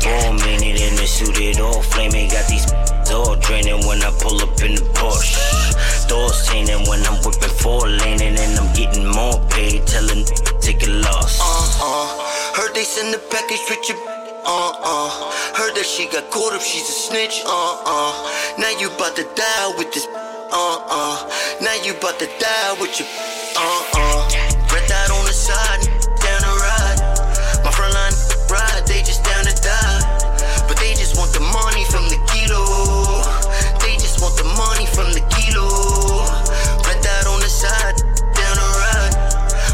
Four minute in the suited all flaming. Got these all draining when I pull up in the Porsche. Doors chaining when I'm whipping four laning and I'm getting more paid. Telling take a loss. Uh uh. Heard they send the package with your. Uh uh. Heard that she got caught up. She's a snitch. Uh uh. Now you bout to die with this. Uh uh. Now you bout to die with your. Uh uh. Red dot on the side, down the ride. My front line ride, they just down to die. But they just want the money from the kilo. They just want the money from the kilo. Red dot on the side, down the ride.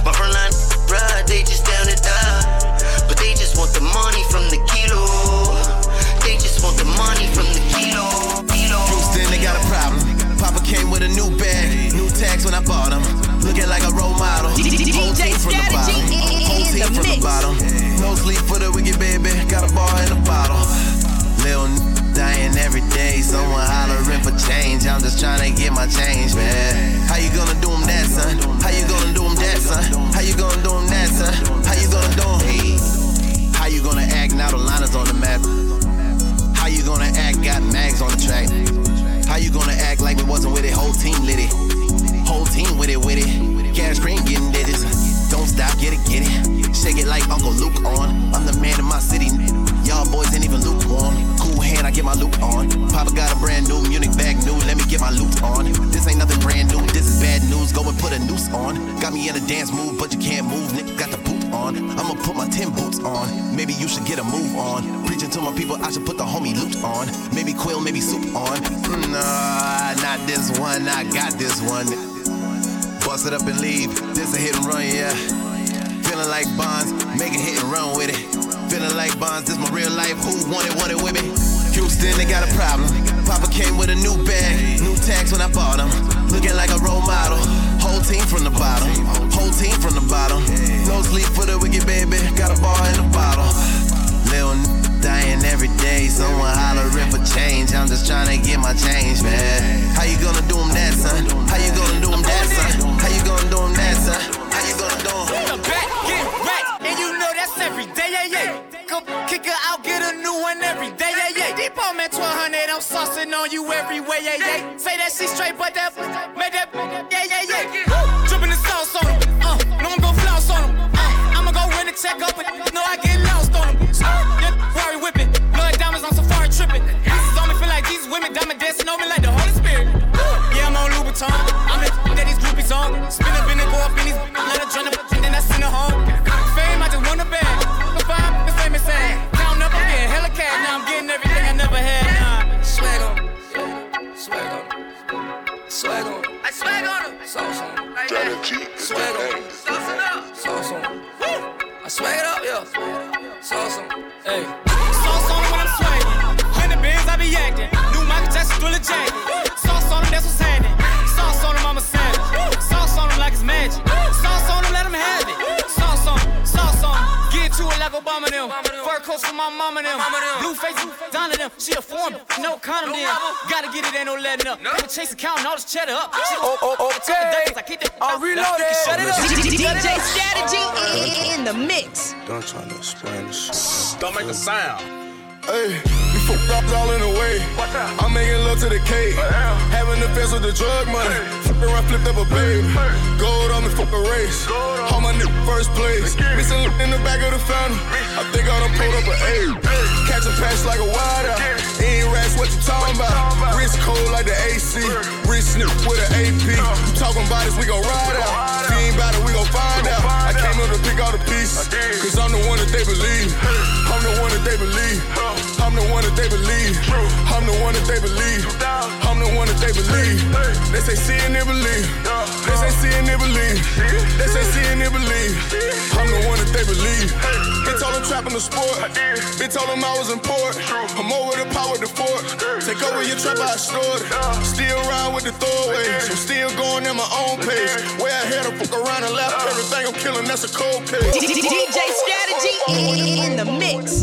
My front line ride, they just down to die. But they just want the money from the kilo. They just want the money from the kilo. kilo. Houston, they got a problem. Papa came with a new bag, new tags when I bought him. Looking like I roll dance move, but you can't move. Nigga got the boot on. I'ma put my ten boots on. Maybe you should get a move on. Preaching to my people, I should put the homie loot on. Maybe quill, maybe soup on. Mm, Nah, not this one. I got this one. Bust it up and leave. This a hit and run, yeah. Feeling like Bonds, make a hit and run with it. Feeling like Bonds, this my real life. Who wanted, wanted with me? Houston, they got a problem. Papa came with a new bag, new tags when I bought him. Looking like a role model. Whole team from the bottom, whole team from the bottom. No sleep for the wicked baby, got a ball in a bottle. Lil n- dying every day, someone hollering for change. I'm just trying to get my change, man. How you gonna do 'em that, son? How you gonna do 'em that, son? How you gonna do 'em that, son? How you gonna do 'em? the back, get wrecked. And you know that's every day, yeah, yeah. Come kick her out, get a new one every day, yeah, yeah. Deep on man 1200, I'm saucing on you everywhere, yeah, yeah. Say that she straight, but that, made that, yeah, yeah, yeah. Woo! Dripping the sauce on 'em, uh, know I'm gon' floss on 'em, uh. I'ma go rent a check up, and know I get lost on 'em. So, yeah, Ferrari whipping, blood diamonds on safari tripping. Jesus on me, feel like Jesus with me, diamond dancing on me like the Holy Spirit. Yeah, I'm on Louboutin, I'm the that these groupies on. Spin up in it, go up in these, let her join the, and then I send her home. Fame, I just want a bag. The vibe, the famous ad. Down up, I'm getting hella cat. Now I'm getting everything I never had. Nah, swag on, 'em. swag on, 'em. swag on. 'em. I swag on him. Sauce on 'em. Like that. Swag on 'em. Sauce it up. Sauce on 'em. Woo! I swag it up, yeah. Sauce on 'em. Hey. Sauce on 'em when I'm swagging. Hundred bands, I be acting. New Michael Jackson, thriller jacket. Sauce on 'em, that's what's happening. Sauce on 'em, I'm a savage. Sauce on 'em like it's magic. Sauce on 'em, let 'em have it. Sauce on 'em, sauce on 'em. Get to it like Obama them. Fur coats for my mama them. Blue face, Donna them. She a foreign, no condom them. Gotta get it, ain't no letting up. Paper chasing, counting all this cheddar up. Oh, oh, oh, okay. I keep that. I'll reload it. Shut it up. DJ strategy in the mix. Don't try to explain this Don't make a sound. Hey, we fucked up all in the way. I'm making love to the cake. Having affairs with the drug money. Flipping around, flipped up a babe. Gold on me, fuck a race. All my nigga first place. Missing in the back of the fountain. I think I done pulled up an eight. Catch a pass like a wide out. Ain't rats, what you talking about? Wrist cold like the AC. Wrist snip with an AP. You talking about this, we gon' ride out. If you ain't about it, we gon' find out. I came up to pick all the pieces. Cause I'm the one that they believe. I'm the one that they believe. I'm the one that they believe. I'm the one that they believe. I'm the one that they believe. They say see and they believe. They say see and they believe. They say see and they believe. I'm the one that they believe. Bitch told them trapping the sport. Bitch told them I was important. I'm over the power the fort. Take over your trap, I stored it. Still ride with the throwaways. I'm still going at my own pace. Way ahead, I fuck around and left everything I'm killing. That's a cold case. DJ strategy in the mix.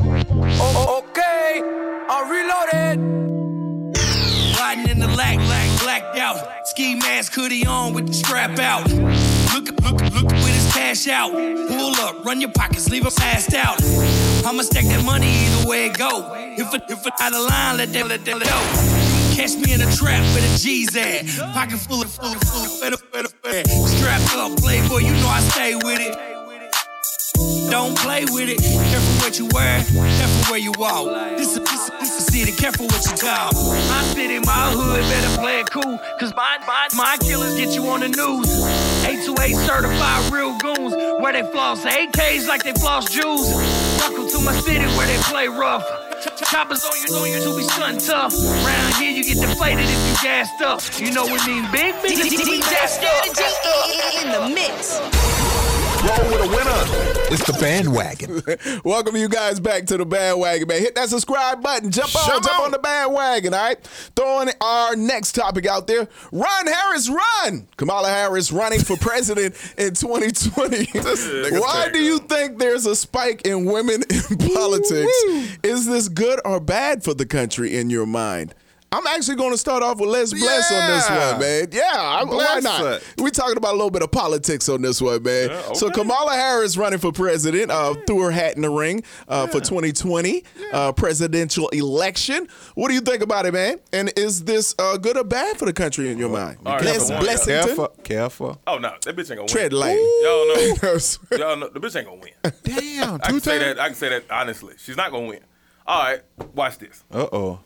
Oh, okay, I'm reloaded. Riding in the lack, lack, blacked out. Ski mask hoodie on with the strap out. Look, look, look with his cash out. Pull up, run your pockets, leave us assed out. I'ma stack that money either way it go. If it, if it out of line, let them let them go. Catch me in a trap where the G's at. Pocket full of, full of, full of, better, better, better. Strapped up, playboy, you know I stay with it. Don't play with it. Careful what you wear, careful where you walk. This is this, is- this is city, careful what you talk. My city, my hood, better play it cool. Cause my, my, my killers get you on the news. A2A certified real goons, where they floss AKs like they floss Jews. Welcome to my city where they play rough. Choppers on you, on you to be stunned tough. Round here, you get deflated if you gassed up. You know what I mean? Big, big, big, big, big, DJ strategy in the mix. Roll with a winner. It's the bandwagon. Welcome you guys back to the bandwagon, man. Hit that subscribe button. Jump on, jump on. the bandwagon, all right? Throwing our next topic out there. Run, Harris, run! Kamala Harris running for president in 2020. nigga Why take do you think there's a spike in women in politics? Is this good or bad for the country in your mind? I'm actually going to start off with Les Bless on this Yeah. one, man. Yeah, I- why Bless not? it. we talking about a little bit of politics on this one, man. Yeah, So okay. Kamala Harris running for president, uh, threw her hat in the ring uh, for 2020 uh, presidential election. What do you think about it, man? And is this uh, good or bad for the country in your mind? all right, Les number one. Blessington. Careful, careful. Oh no, that bitch ain't gonna Tread win. lightly. Y'all know. know. Y'all know the bitch ain't gonna win. Damn, I can say that. I can say that honestly. She's not gonna win. All right, watch this. Uh oh.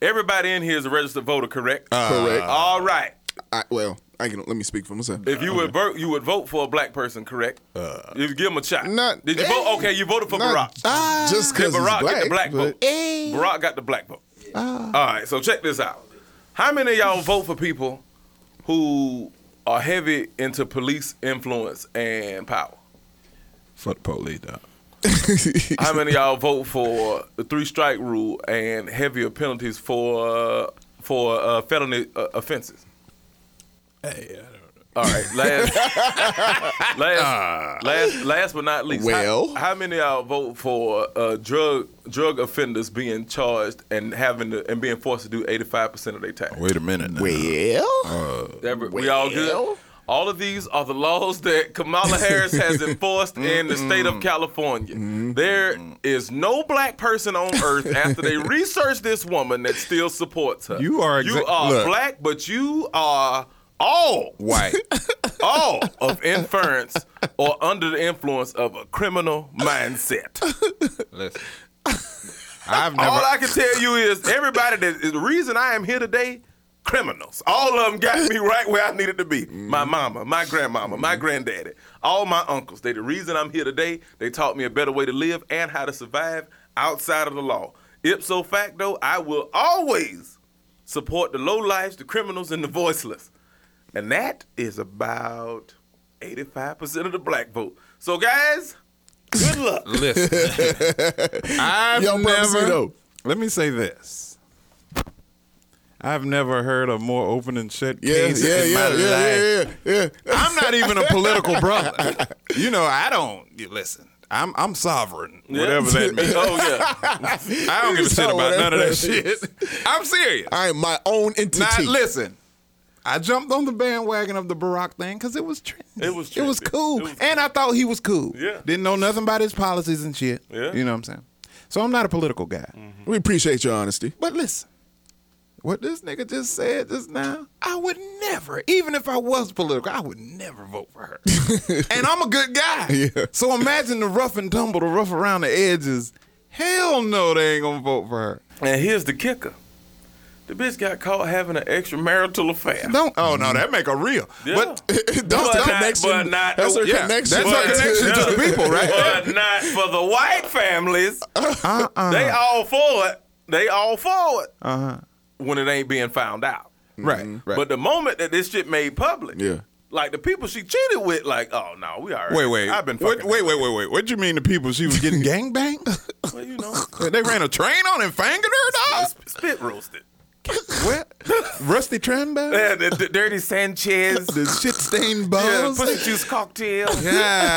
Everybody in here is a registered voter, correct? Uh, Correct. All right. I, well, I can let me speak for myself. If you would vote, you would vote for a black person, correct? you give him a shot. Uh, Not- eh, Did you vote? Okay, you voted for not Barack. just 'cause Did Barack he's get the black, black vote. but- Barack got the black vote. Ah. All right, so check this out. How many of y'all vote for people who are heavy into police influence and power? For the police, dog. How many of y'all vote for the three strike rule and heavier penalties for uh, for uh, felony uh, offenses? Hey, I don't know. All right, last, last, last, last but not least. Well. how, how many of y'all vote for uh, drug drug offenders being charged and having to, and being forced to do eighty five percent of their tax? Wait a minute. Now. Well, That- we all good. All of these are the laws that Kamala Harris has enforced in the state of California. There is no black person on earth after they research this woman that still supports her. You are you exa- are look. black, but you are all white, all of inference or under the influence of a criminal mindset. Listen. I've never. All I can tell you is everybody that the reason I am here today, criminals. All of them got me right where I needed to be. Mm-hmm. My mama, my grandmama, my granddaddy, all my uncles. They the reason I'm here today. They taught me a better way to live and how to survive outside of the law. Ipso facto, I will always support the low lives, the criminals, and the voiceless. And that is about 85% of the black vote. So guys, good luck. Listen, I've Yo, never. Papacito. Let me say this. I've never heard a more open and shut Yeah, case yeah, in my yeah, life. yeah, yeah, yeah. I'm not even a political brother. You know, I don't you listen. I'm I'm sovereign, Yeah. whatever that means. Oh, yeah, I don't give a shit about none of that shit. I'm serious. I am my own entity. Now listen, I jumped on the bandwagon of the Barack thing because it was trendy. It was it was cool, and I thought he was cool. Yeah, didn't know nothing about his policies and shit. Yeah. you know what I'm saying. So I'm not a political guy. Mm-hmm. We appreciate your honesty. But listen, what this nigga just said just now, I would never, even if I was political, I would never vote for her. and I'm a good guy. So imagine the rough and tumble, the rough around the edges. Hell no, they ain't gonna vote for her. And here's the kicker. The bitch got caught having an extramarital affair. Don't. Oh no, that make her real. Yeah. But But not- but not- that's her yeah, but- connection. That's her connection to the yeah. people, right? But not for the white families. Uh-uh. They all for it. They all for it Uh huh. when it ain't being found out. Mm-hmm. Right. Right. But the moment that this shit made public, Yeah. like the people she cheated with, like, oh no, we all right. Wait, wait. I've been What- fucking. wait, wait, wait, wait. What you mean the people she was getting gang banged? well, you know, they ran a train on and fingered her, dog. spit roasted. What? Rusty Tranbell? Yeah, the, the dirty Sanchez. The shit stained Yeah, balls. pussy juice cocktail.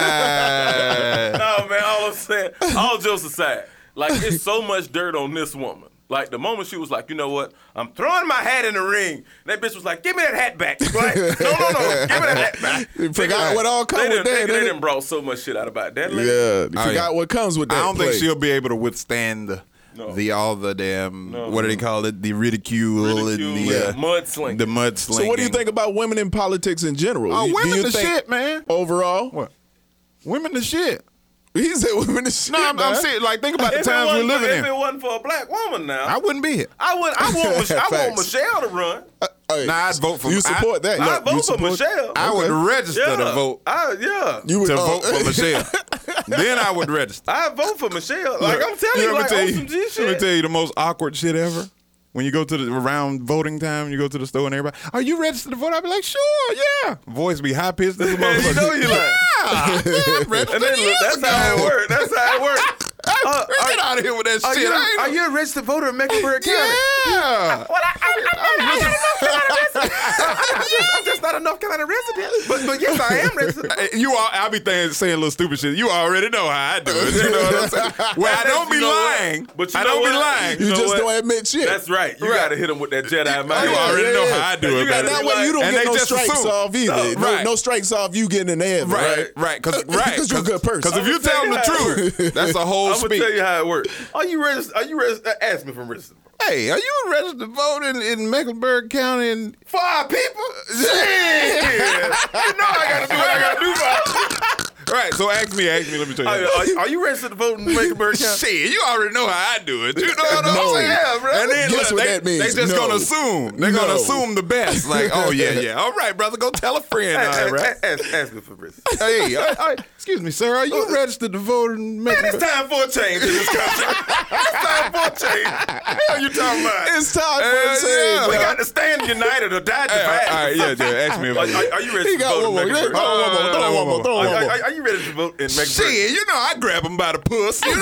Yeah. no, man, all I'm saying, all jokes aside, like, it's so much dirt on this woman. Like, the moment she was like, you know what, I'm throwing my hat in the ring, that bitch was like, give me that hat back. Like, no, no, no, give me that hat back. forgot what all come they with done, that, They, didn't they it? done brought so much shit out about that lady. Yeah, Oh, forgot yeah. what comes with that. I don't play. think she'll be able to withstand the, the all the damn what do they call it? The ridicule, and the uh, mudslinging. The mudslinging. So, what do you think about women in politics in general? Oh, Do you women the think shit, man. Overall, what? Women the shit. He said women the shit. No, I'm, I'm man. serious. Like think about the If it times we're wasn't- living If in. it wasn't for a black woman now, I wouldn't be here. I would. I want. Mich- I want Facts. Michelle to run. Hey, Nah, I'd vote for. You support that? I No, you vote for support- Michelle. I would register to Yeah. vote. I, yeah. You would- to oh. vote for Michelle. then I would register. I vote for Michelle. Like Look, I'm telling you, let me like tell on you- some G Let me shit. tell you the most awkward shit ever. When you go to the around voting time, you go to the store and everybody, are you registered to vote? I'd be like, sure, yeah. Voice be high pitched as a Man, you motherfucker. know you like. yeah, yeah, I'm registered And then look, years that's how it ago. works. That's how it works. Uh, Get out of here with that are, shit. you, I ain't- are you a registered voter in Mecklenburg County? yeah. Well, I, I, I'm, not, I'm, just, I'm just not a North Carolina resident. But, but yes, I am registered. Uh, You all, I be saying, saying little stupid shit. You already know how I do it. You know what I'm saying? Well, I don't be You know what? lying. But you I know don't be what? lying. You You know just what? don't admit shit. That's right. You Right. gotta hit him with that Jedi mind. Oh, You already know how I do it. You got baby. that That way you don't And get they no just strikes assume. off either. No, No, right. no strikes off you getting in the heaven, right? Right, right, because right, Because you're a good person. Because if you tell the truth, that's a whole I'm speech. gonna tell you how it works. Are you registered? Are you registered? Ask me from registered. Hey, are you a registered voter in, in Mecklenburg County? And Five people. Yeah. you know I gotta do what I gotta do. For right, right, so ask me, ask me. Let me tell Are, you. are, are you registered to vote in Mecklenburg County? Shit, you already know how I do it. You know what I'm No. saying? Yeah, bro. And then Guess look, what they, that means. they just No. gonna assume. They're gonna No. assume the best. Like, oh yeah, yeah. All right, brother, go tell a friend. All right, Ask- right. ask, ask, ask me for business. Hey, all right, all right. excuse me, sir. Are you registered to vote in Mecklenburg? it's time for a change in this country. it's time for a change. Hell, you talking about? It's time for a change. We got to stand united or die Hey, all right, divided. all right, yeah, yeah. Ask me. Are, are, are you ready He to got vote one in more. Mecklenburg? Throw one more, throw one more, throw one Are- more. Are, are you ready to vote in Mecklenburg? Shit, you know I grab him by the puss. You know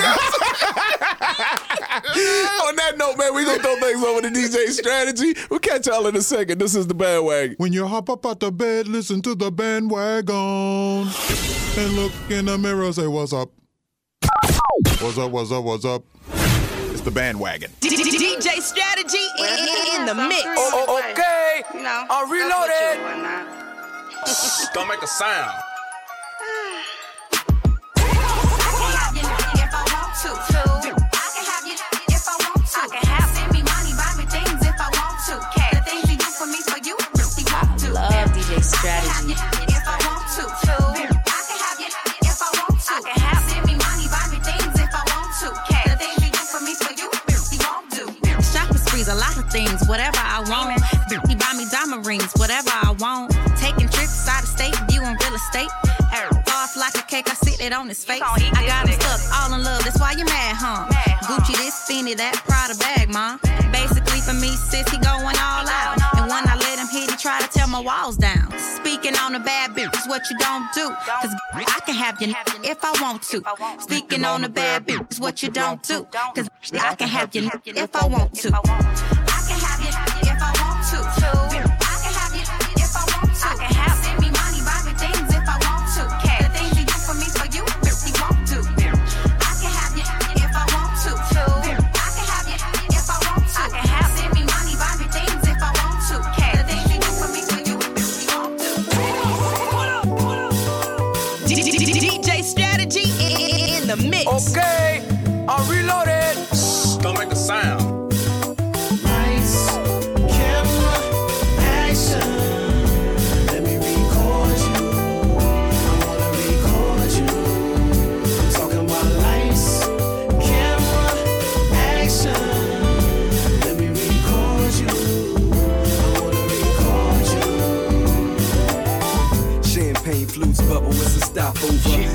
what On that note, man, we gonna throw things over to DJ Strategy. We'll catch y'all in a second. This is the bandwagon. When you hop up out the bed, listen to the bandwagon. And look in the mirror, say, What's up? What's up, what's up, what's up? It's the bandwagon. DJ Strategy in, in the mix. Oh, oh, okay. No. I reloaded. Don't make a sound. if I want to. I can have you if I want to. I can have send me money, buy me things if I want to. The things you do for me, for you, you want to. Love DJ Strategy. If I want to, I can have you if I want to. I can have send me money, buy me things if I want to. The things you do for me, for you, you won't do. Shopping sprees, a lot of things, whatever I want. He buy me diamond rings, whatever I want. Taking trips out of state, viewing real estate. Off like a cake, I sit it on his face. I got him stuck, all in love, that's why you mad, huh? Gucci this, Fendi that, Prada bag, mom. Basically for me, sis, he going all out. And when I let him hit, he try to tear my walls down. Speaking on a bad bitch is what you don't do. Cause I can have you if I want to. Speaking on a bad bitch is what you don't do. Cause I can have you if I want to. I can have you if I want to. I can have you if I want to. I can have send me money, buy me things if I want to. The things you do for me, for you, you won't do. I can have you if I want to. I can have you if I want to. I can have send me money, buy me things if I want to. The things you do for me, for you, you won't do. DJ Strategy in, in the mix. Okay, I reloaded. Don't make a sound. Lights, camera, action. Let me record you. I wanna record you. I'm talking about lights, camera, action. Let me record you. I wanna record you. Champagne flutes bubble is a stopover.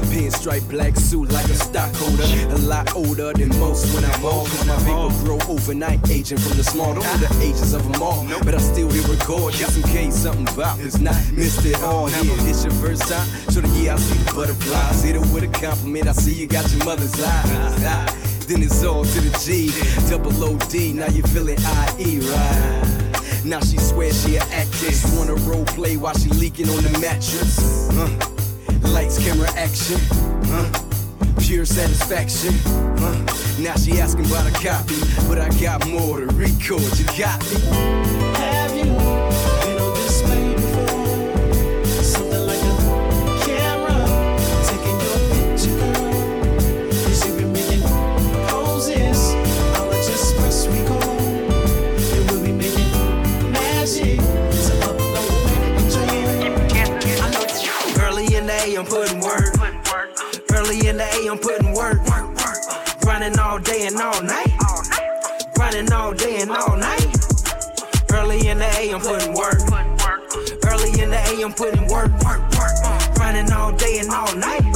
Pinstripe black suit like a stockholder. A lot older than most when I'm old. My people grow overnight, aging from the small to the ages of them all. But I still hit record just in case something about is not missed it all. Yeah, it's your first time. So the yeah, I see the butterflies. Hit it with a compliment. I see you got your mother's eyes. Ah. Then it's all to the G. Double OD. Now you're feeling IE, right? Now she swears she a actress. Wanna role play while she leaking on the mattress. Huh. Lights, camera, action. Huh. Pure satisfaction. Huh. Now she asking about a copy, but I got more to record. You got me. Have you been on display before? Something like a camera taking your picture, girl. Is you been making poses? I'll just press record, and we'll be making magic. So upload it, enjoy it. Early in the A, I'm putting work. Early in the A, I'm putting work. Grinding all day and all night. Grinding all day and all night. Early in the A, I'm putting work. Early in the A, I'm putting work. Grinding all day and all night.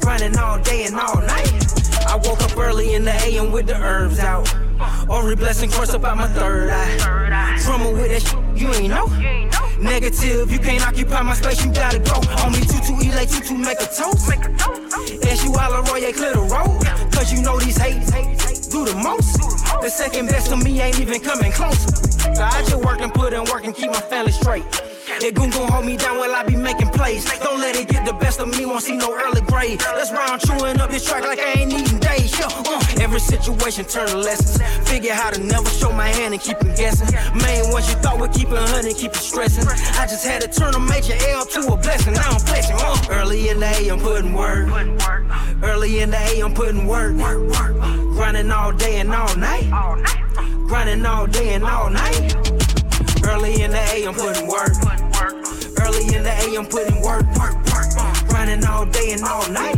Grinding all day and all night. I woke up early in the AM with the herbs out. Only blessing crossed up by my third eye. Drummer with that sh- you ain't know. Negative, you can't occupy my space, you gotta go. Only two two elate, two two make a toast. And she while a royal clear the road. Cause you know these haters do the most. The second best of me ain't even coming close. So I just work and put in work and keep my family straight. That goon gon' hold me down while I be making plays. Don't let it get the best of me, won't see no early grade. Let's round chewing up this track like I ain't eating days. Yeah, uh, every situation turn to lessons. Figure how to never show my hand and keep him guessing. Main what you thought would keep it hunting, keep it stressing. I just had to turn a major L to a blessing. Now I'm flexing. Uh, early in the A, I'm putting work. Early in the A, I'm putting work. Grinding all day and all night. Grinding all day and all night. Early in the A, I'm putting work. Early in the A, I'm putting work, work, work. Grinding all day and all night.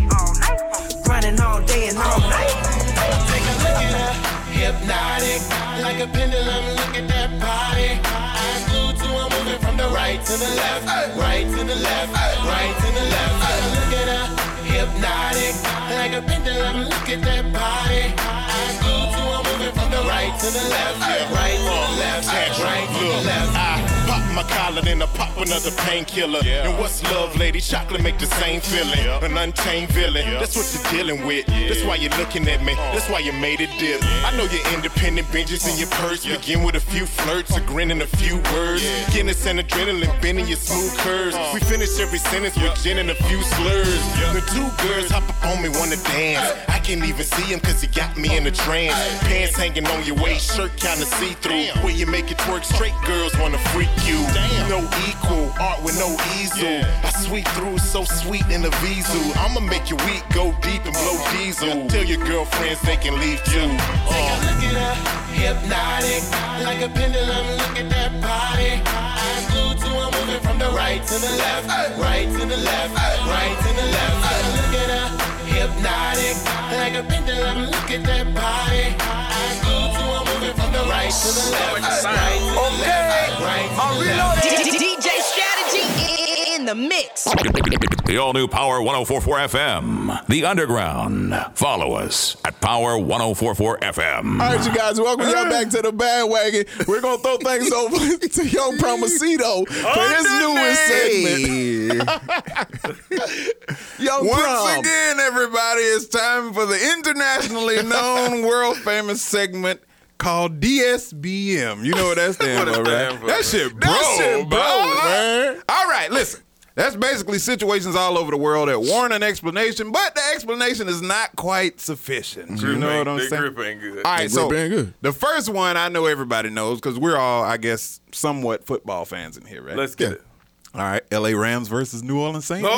Grinding all day and all night. Take a look at her, hypnotic, like a pendulum. Look at that body. Eyes glued to her, moving from the right to the left, right to the left, right to the left. Take a look at her, hypnotic, like a pendulum. Look at that body. Eyes glued to her, moving from the right to the left, right to the left, right to the left. I pop my collar, then I pop another painkiller. And what's love, lady? Chocolate make the same feeling. An untamed villain. That's what you're dealing with. That's why you're looking at me. That's why you made a dip. I know your independent binges in your purse. Begin with a few flirts, a grin and a few words. Guinness and adrenaline, bending your smooth curves. We finish every sentence, beginning a few slurs. The two girls hop up on me, wanna dance. I can't even see him cause he got me in a trance. Pants hanging on your waist, shirt kinda see through. When you make it twerk, straight girls wanna freak you. No equal, art with no easel. I sweep through so sweet in a visu. I'ma make you weak, go deep and blow diesel. Tell your girlfriends they can leave too. Take a look at her, hypnotic, like a pendulum. Look at that body. Eyes glued to her, moving from the right to the left, right to the left, right to the left. Take a look at her, hypnotic, like a pendulum. Look at that body. Eyes glued to her, moving from the right to the left, right to the left, right to the left. DJ strategy i- in the mix. The all new Power 1044 FM, The Underground. Follow us at Power 1044 FM. All right, you guys, welcome y'all back to the bandwagon. We're gonna throw things over to Young Promosito for his newest segment. Yo, Once Prom. again, everybody, it's time for the internationally known, world famous segment called DSBM. You know what that stands What for, it stand right? for. That shit, bro, That shit bro, broke, man. All right, listen. That's basically situations all over the world that warrant an explanation, but the explanation is not quite sufficient. You Grip know ain't- what I'm the saying? grip ain't good. All right, The so grip ain't good. the first one I know everybody knows because we're all, I guess, somewhat football fans in here, right? Let's get it. All right, LA Rams versus New Orleans Saints. No,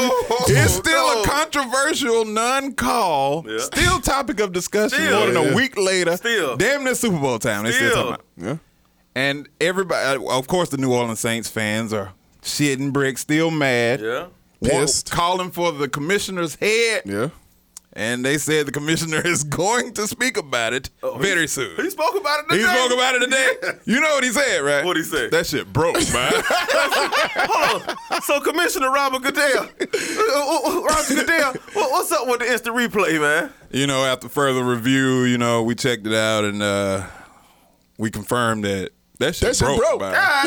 it's still no. a Oh. controversial non-call. Still topic of discussion Still. more than Yeah. a week later. Still. damn near Super Bowl time. They still Still. talking about. Yeah. And everybody, uh, of course, the New Orleans Saints fans are shitting bricks, still mad. Yeah. Pissed. calling for the commissioner's head. Yeah. And they said the commissioner is going to speak about it very soon. Oh, He spoke about it He today. spoke about it today. You know what he said, right? What he said? That shit broke, man. Hold on. So Commissioner Robert Goodell, Uh, uh, uh, Robert Goodell, what, what's up with the instant replay, man? you know, after further review, you know, we checked it out and uh, we confirmed that that shit, That shit Oh, broke. broke. man. Ah.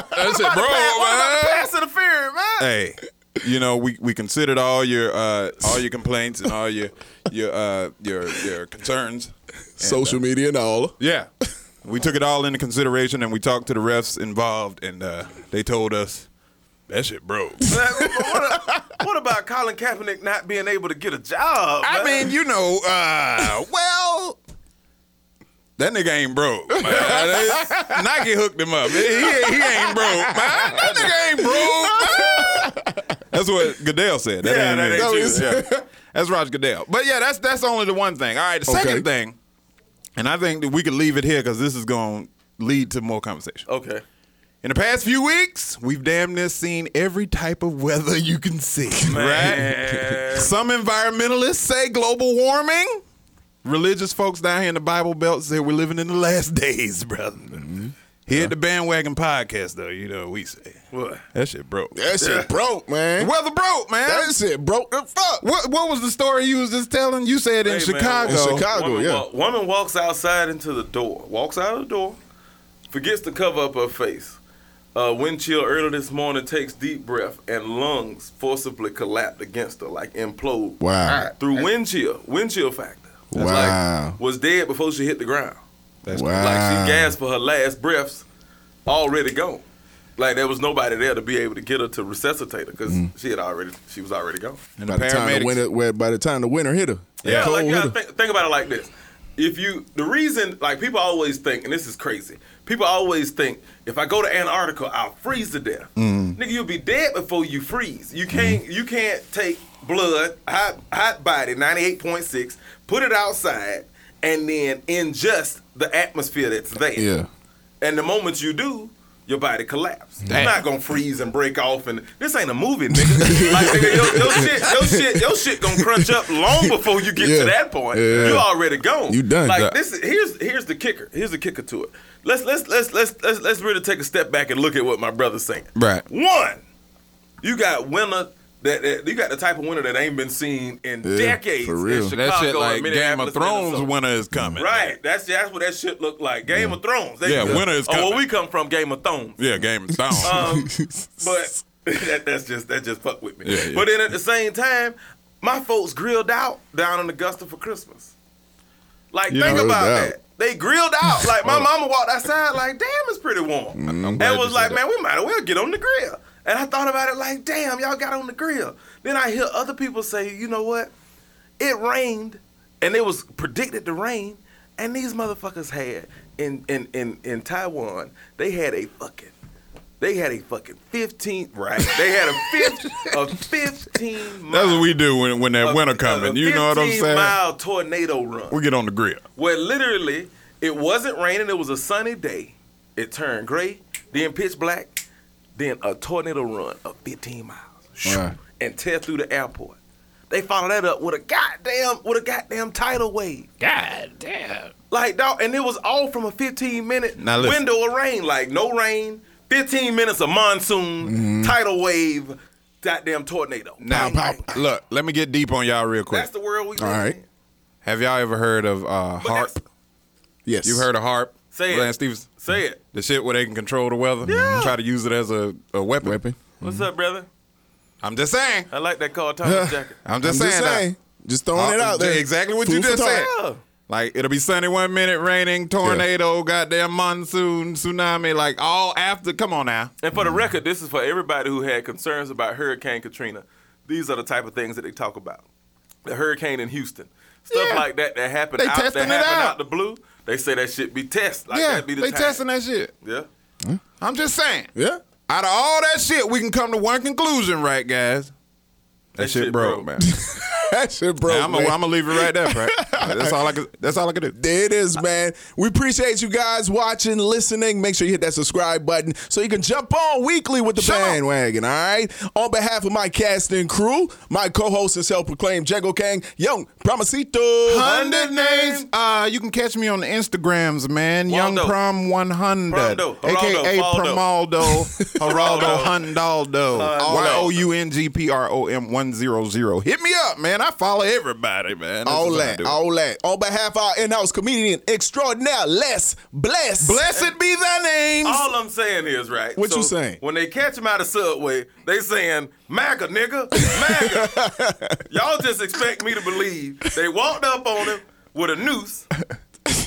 God damn, man. that What shit about the broke, pass- What about the man. pass interference, man? hey, you know, we, we considered all your uh, all your complaints and all your your uh, your your concerns, uh, Social media and all. Yeah, we took it all into consideration and we talked to the refs involved, and uh, they told us that shit broke. Uh, What about Colin Kaepernick not being able to get a job? I man? mean, you know, uh, well, that nigga ain't broke. man. Nike hooked him up. He, he ain't- he ain't broke. Man. That nigga ain't broke. man. That's what Goodell said. That Yeah, ain't that it. ain't you. Yeah. That's Roger Goodell. But yeah, that's that's only the one thing. All right, the Okay. second thing, and I think that we could leave it here because this is going to lead to more conversation. Okay. In the past few weeks, we've damn near seen every type of weather you can see. Right? Some environmentalists say global warming. Religious folks down here in the Bible Belt say we're living in the last days, brother. Mm-hmm. Here at the Bandwagon Podcast, though, you know what we say. What? That shit broke. That shit broke, man. Weather broke, man. That shit broke the fuck. What What was the story you was just telling? You said in Hey, man, Chicago. woman walk- woman walks outside into the door. Walks out of the door, forgets to cover up her face. Uh, wind chill early this morning takes deep breath and lungs forcibly collapsed against her, like implode. Wow. Through wind chill, wind chill factor. Wow. Was dead before she hit the ground. wow. Like she gasped for her last breaths, already gone. Like there was nobody there to be able to get her to resuscitate her because she had already she was already gone. Mm. by, the time the winter, well, by the time the winter hit her. Yeah, Cold like hit yeah, her. think, think about it like this. If you the reason like people always think, and this is crazy, people always think if I go to Antarctica, I'll freeze to death. Nigga, you'll be dead before you freeze. You can't you can't take blood, hot hot body, 98.6, put it outside, and then ingest the atmosphere that's there. Yeah. And the moment you do, your body collapse. Damn. You're not gonna freeze and break off, and this ain't a movie, nigga. like, nigga, your, your shit, your shit, your shit gonna crunch up long before you get Yeah. to that point. Yeah. You already gone. You done. Like this. Is, here's here's the kicker. Here's the kicker to it. Let's let's let's let's let's let's really take a step back and look at what my brother's saying. Right. One, you got winner that, that- you got the type of winner that ain't been seen in Yeah, decades for real. in Chicago That shit and like Game of Minneapolis, Thrones Minnesota. winner is coming. Right. That's that's what that shit looked like. Game of Thrones. There Yeah, you go. winner is Or coming. where we come from, Game of Thrones. Yeah, Game of Thrones. Um, but that, that's just that just fuck with me. Yeah, yeah. But then at the same time, my folks grilled out down in Augusta for Christmas. Like, You think know, no about doubt. that. They grilled out. Like my Hold on. mama walked outside. Like, damn, it's pretty warm. I'm glad and you was said like, that. man, Mm. we might as well get on the grill. And I thought about it. Like, damn, y'all got on the grill. Then I hear other people say, you know what? It rained, and it was predicted to rain. And these motherfuckers had in in in in Taiwan, they had a fucking. They had a fucking 15th, right? They had a fifth, a 15 That's what we do when, when that uh, winter coming. You know what I'm 15 saying? mile tornado run We get on the grill. where literally it wasn't raining, it was a sunny day. It turned gray, then pitch black, then a tornado run of 15 miles Right. and tear through the airport. They followed that up with a goddamn with a goddamn tidal wave. God damn. Like dog, and it was all from a 15 minute Now listen. window of rain. Like no rain, 15 minutes of monsoon, Mhm. tidal wave, goddamn tornado. Now, pop, look, let me get deep on y'all real quick. That's the world we All right. Have y'all ever heard of uh, harp? Yes. You've heard of harp? Say it. Lance Stevens. Say it. The shit where they can control the weather. Yeah. Try to use it as a, a weapon. Weapon. Mm-hmm. What's up, brother? I'm just saying. I like that Carl Thomas jacket. I'm just saying. that. Just throwing it out there. Uh, Exactly what Food you for just thought. said. Like it'll be sunny one minute, raining, tornado, goddamn monsoon, tsunami, like all after. Come on now. And for the record, this is for everybody who had concerns about Hurricane Katrina. These are the type of things that they talk about. The hurricane in Houston, stuff Yeah. like that that happened They out, that testing it happened out. out. the blue. They say that shit be test. Like yeah, that be the they time. testing that shit. Yeah. I'm just saying. Yeah. Out of all that shit, we can come to one conclusion, right, guys? That, shit, broke, man. that shit broke. Yeah, I'm gonna- man. I'm gonna leave it right there, Frank. That's all I could. That's all I could do. There it is, man. We appreciate you guys watching, listening. Make sure you hit that subscribe button so you can jump on weekly with the bandwagon. All right. On behalf of my cast and crew, my co-host and self-proclaimed Jago Kang, Young Promisito, Hundred names. Uh, you can catch me on the Instagrams, man. Young Prom One Hundred, Prondo, aka Geraldo, Promaldo, Geraldo Hundo. Hundaldo, Y O U N G P R O M one zero zero. Hit me up, man. I follow everybody, man. This all is how I that, do it. all that. On behalf of our in-house comedian extraordinaire, Les Bless. Blessed be thy name. All I'm saying is, right? What you saying? When they catch him out of Subway, they saying, MAGA, nigga, MAGA. Y'all just expect me to believe they walked up on him with a noose.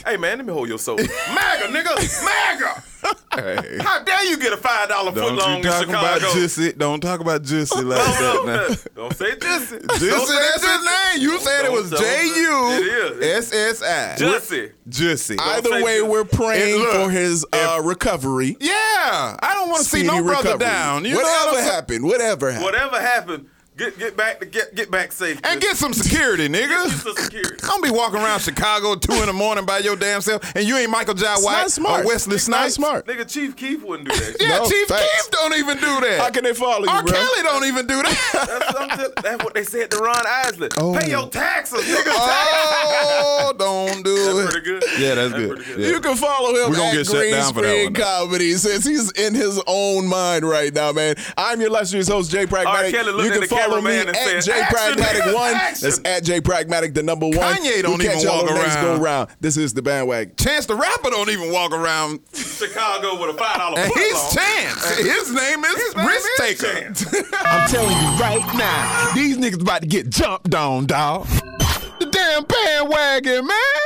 hey, man, let me hold your soul. MAGA, nigga, MAGA. Hey. How dare you get a $5 foot Don't long you in talk about Chicago? Jissy. Don't talk about Jissy like Don't, that. Now. don't, don't say Jissy. Jissy, Don't say that's his Jissy. name. You Don't- said it was don't- don't- J U It is. S S I. Jussie. Jussie. Either way, we're praying for his uh, recovery. Yeah, I don't want to see no Speedy brother recovery. down. You know whatever what I'm saying? happened, whatever happened. Whatever happened, get get back to get get back safe. And get some security, nigga. Don't be walking around Chicago at two in the morning by your damn self, and you ain't Michael J. It's White not smart. or Wesley It's not Snipes. smart. uh, Nigga, Chief Keith wouldn't do that. Yeah, No, Chief facts. Keith don't even do that. How can they follow you, R. bro? Kelly don't even do that. That's, what I'm tell- that's what they said to Ron Isley. Oh. Pay your taxes, nigga. Oh, don't do it. Pretty good. Yeah, that's good. Yeah. You can follow him We're gonna at get shut Green down for that Screen one, though. Comedy since he's in his own mind right now, man. I'm your illustrious host, Jay Pragmatic. Kelly looked you at can the follow me cameraman and at said, Jay "Action, Pragmatic One. action." That's at Jay Pragmatic, the number one. Kanye don't we catch even y'all walk on Next around. go round. This is the bandwagon. Chance the rapper don't even walk around. Chicago with a five dollar. And he's Chance. His name is Risk Taker. I'm telling you right now, these niggas about to get jumped on, dog. The damn bandwagon, man.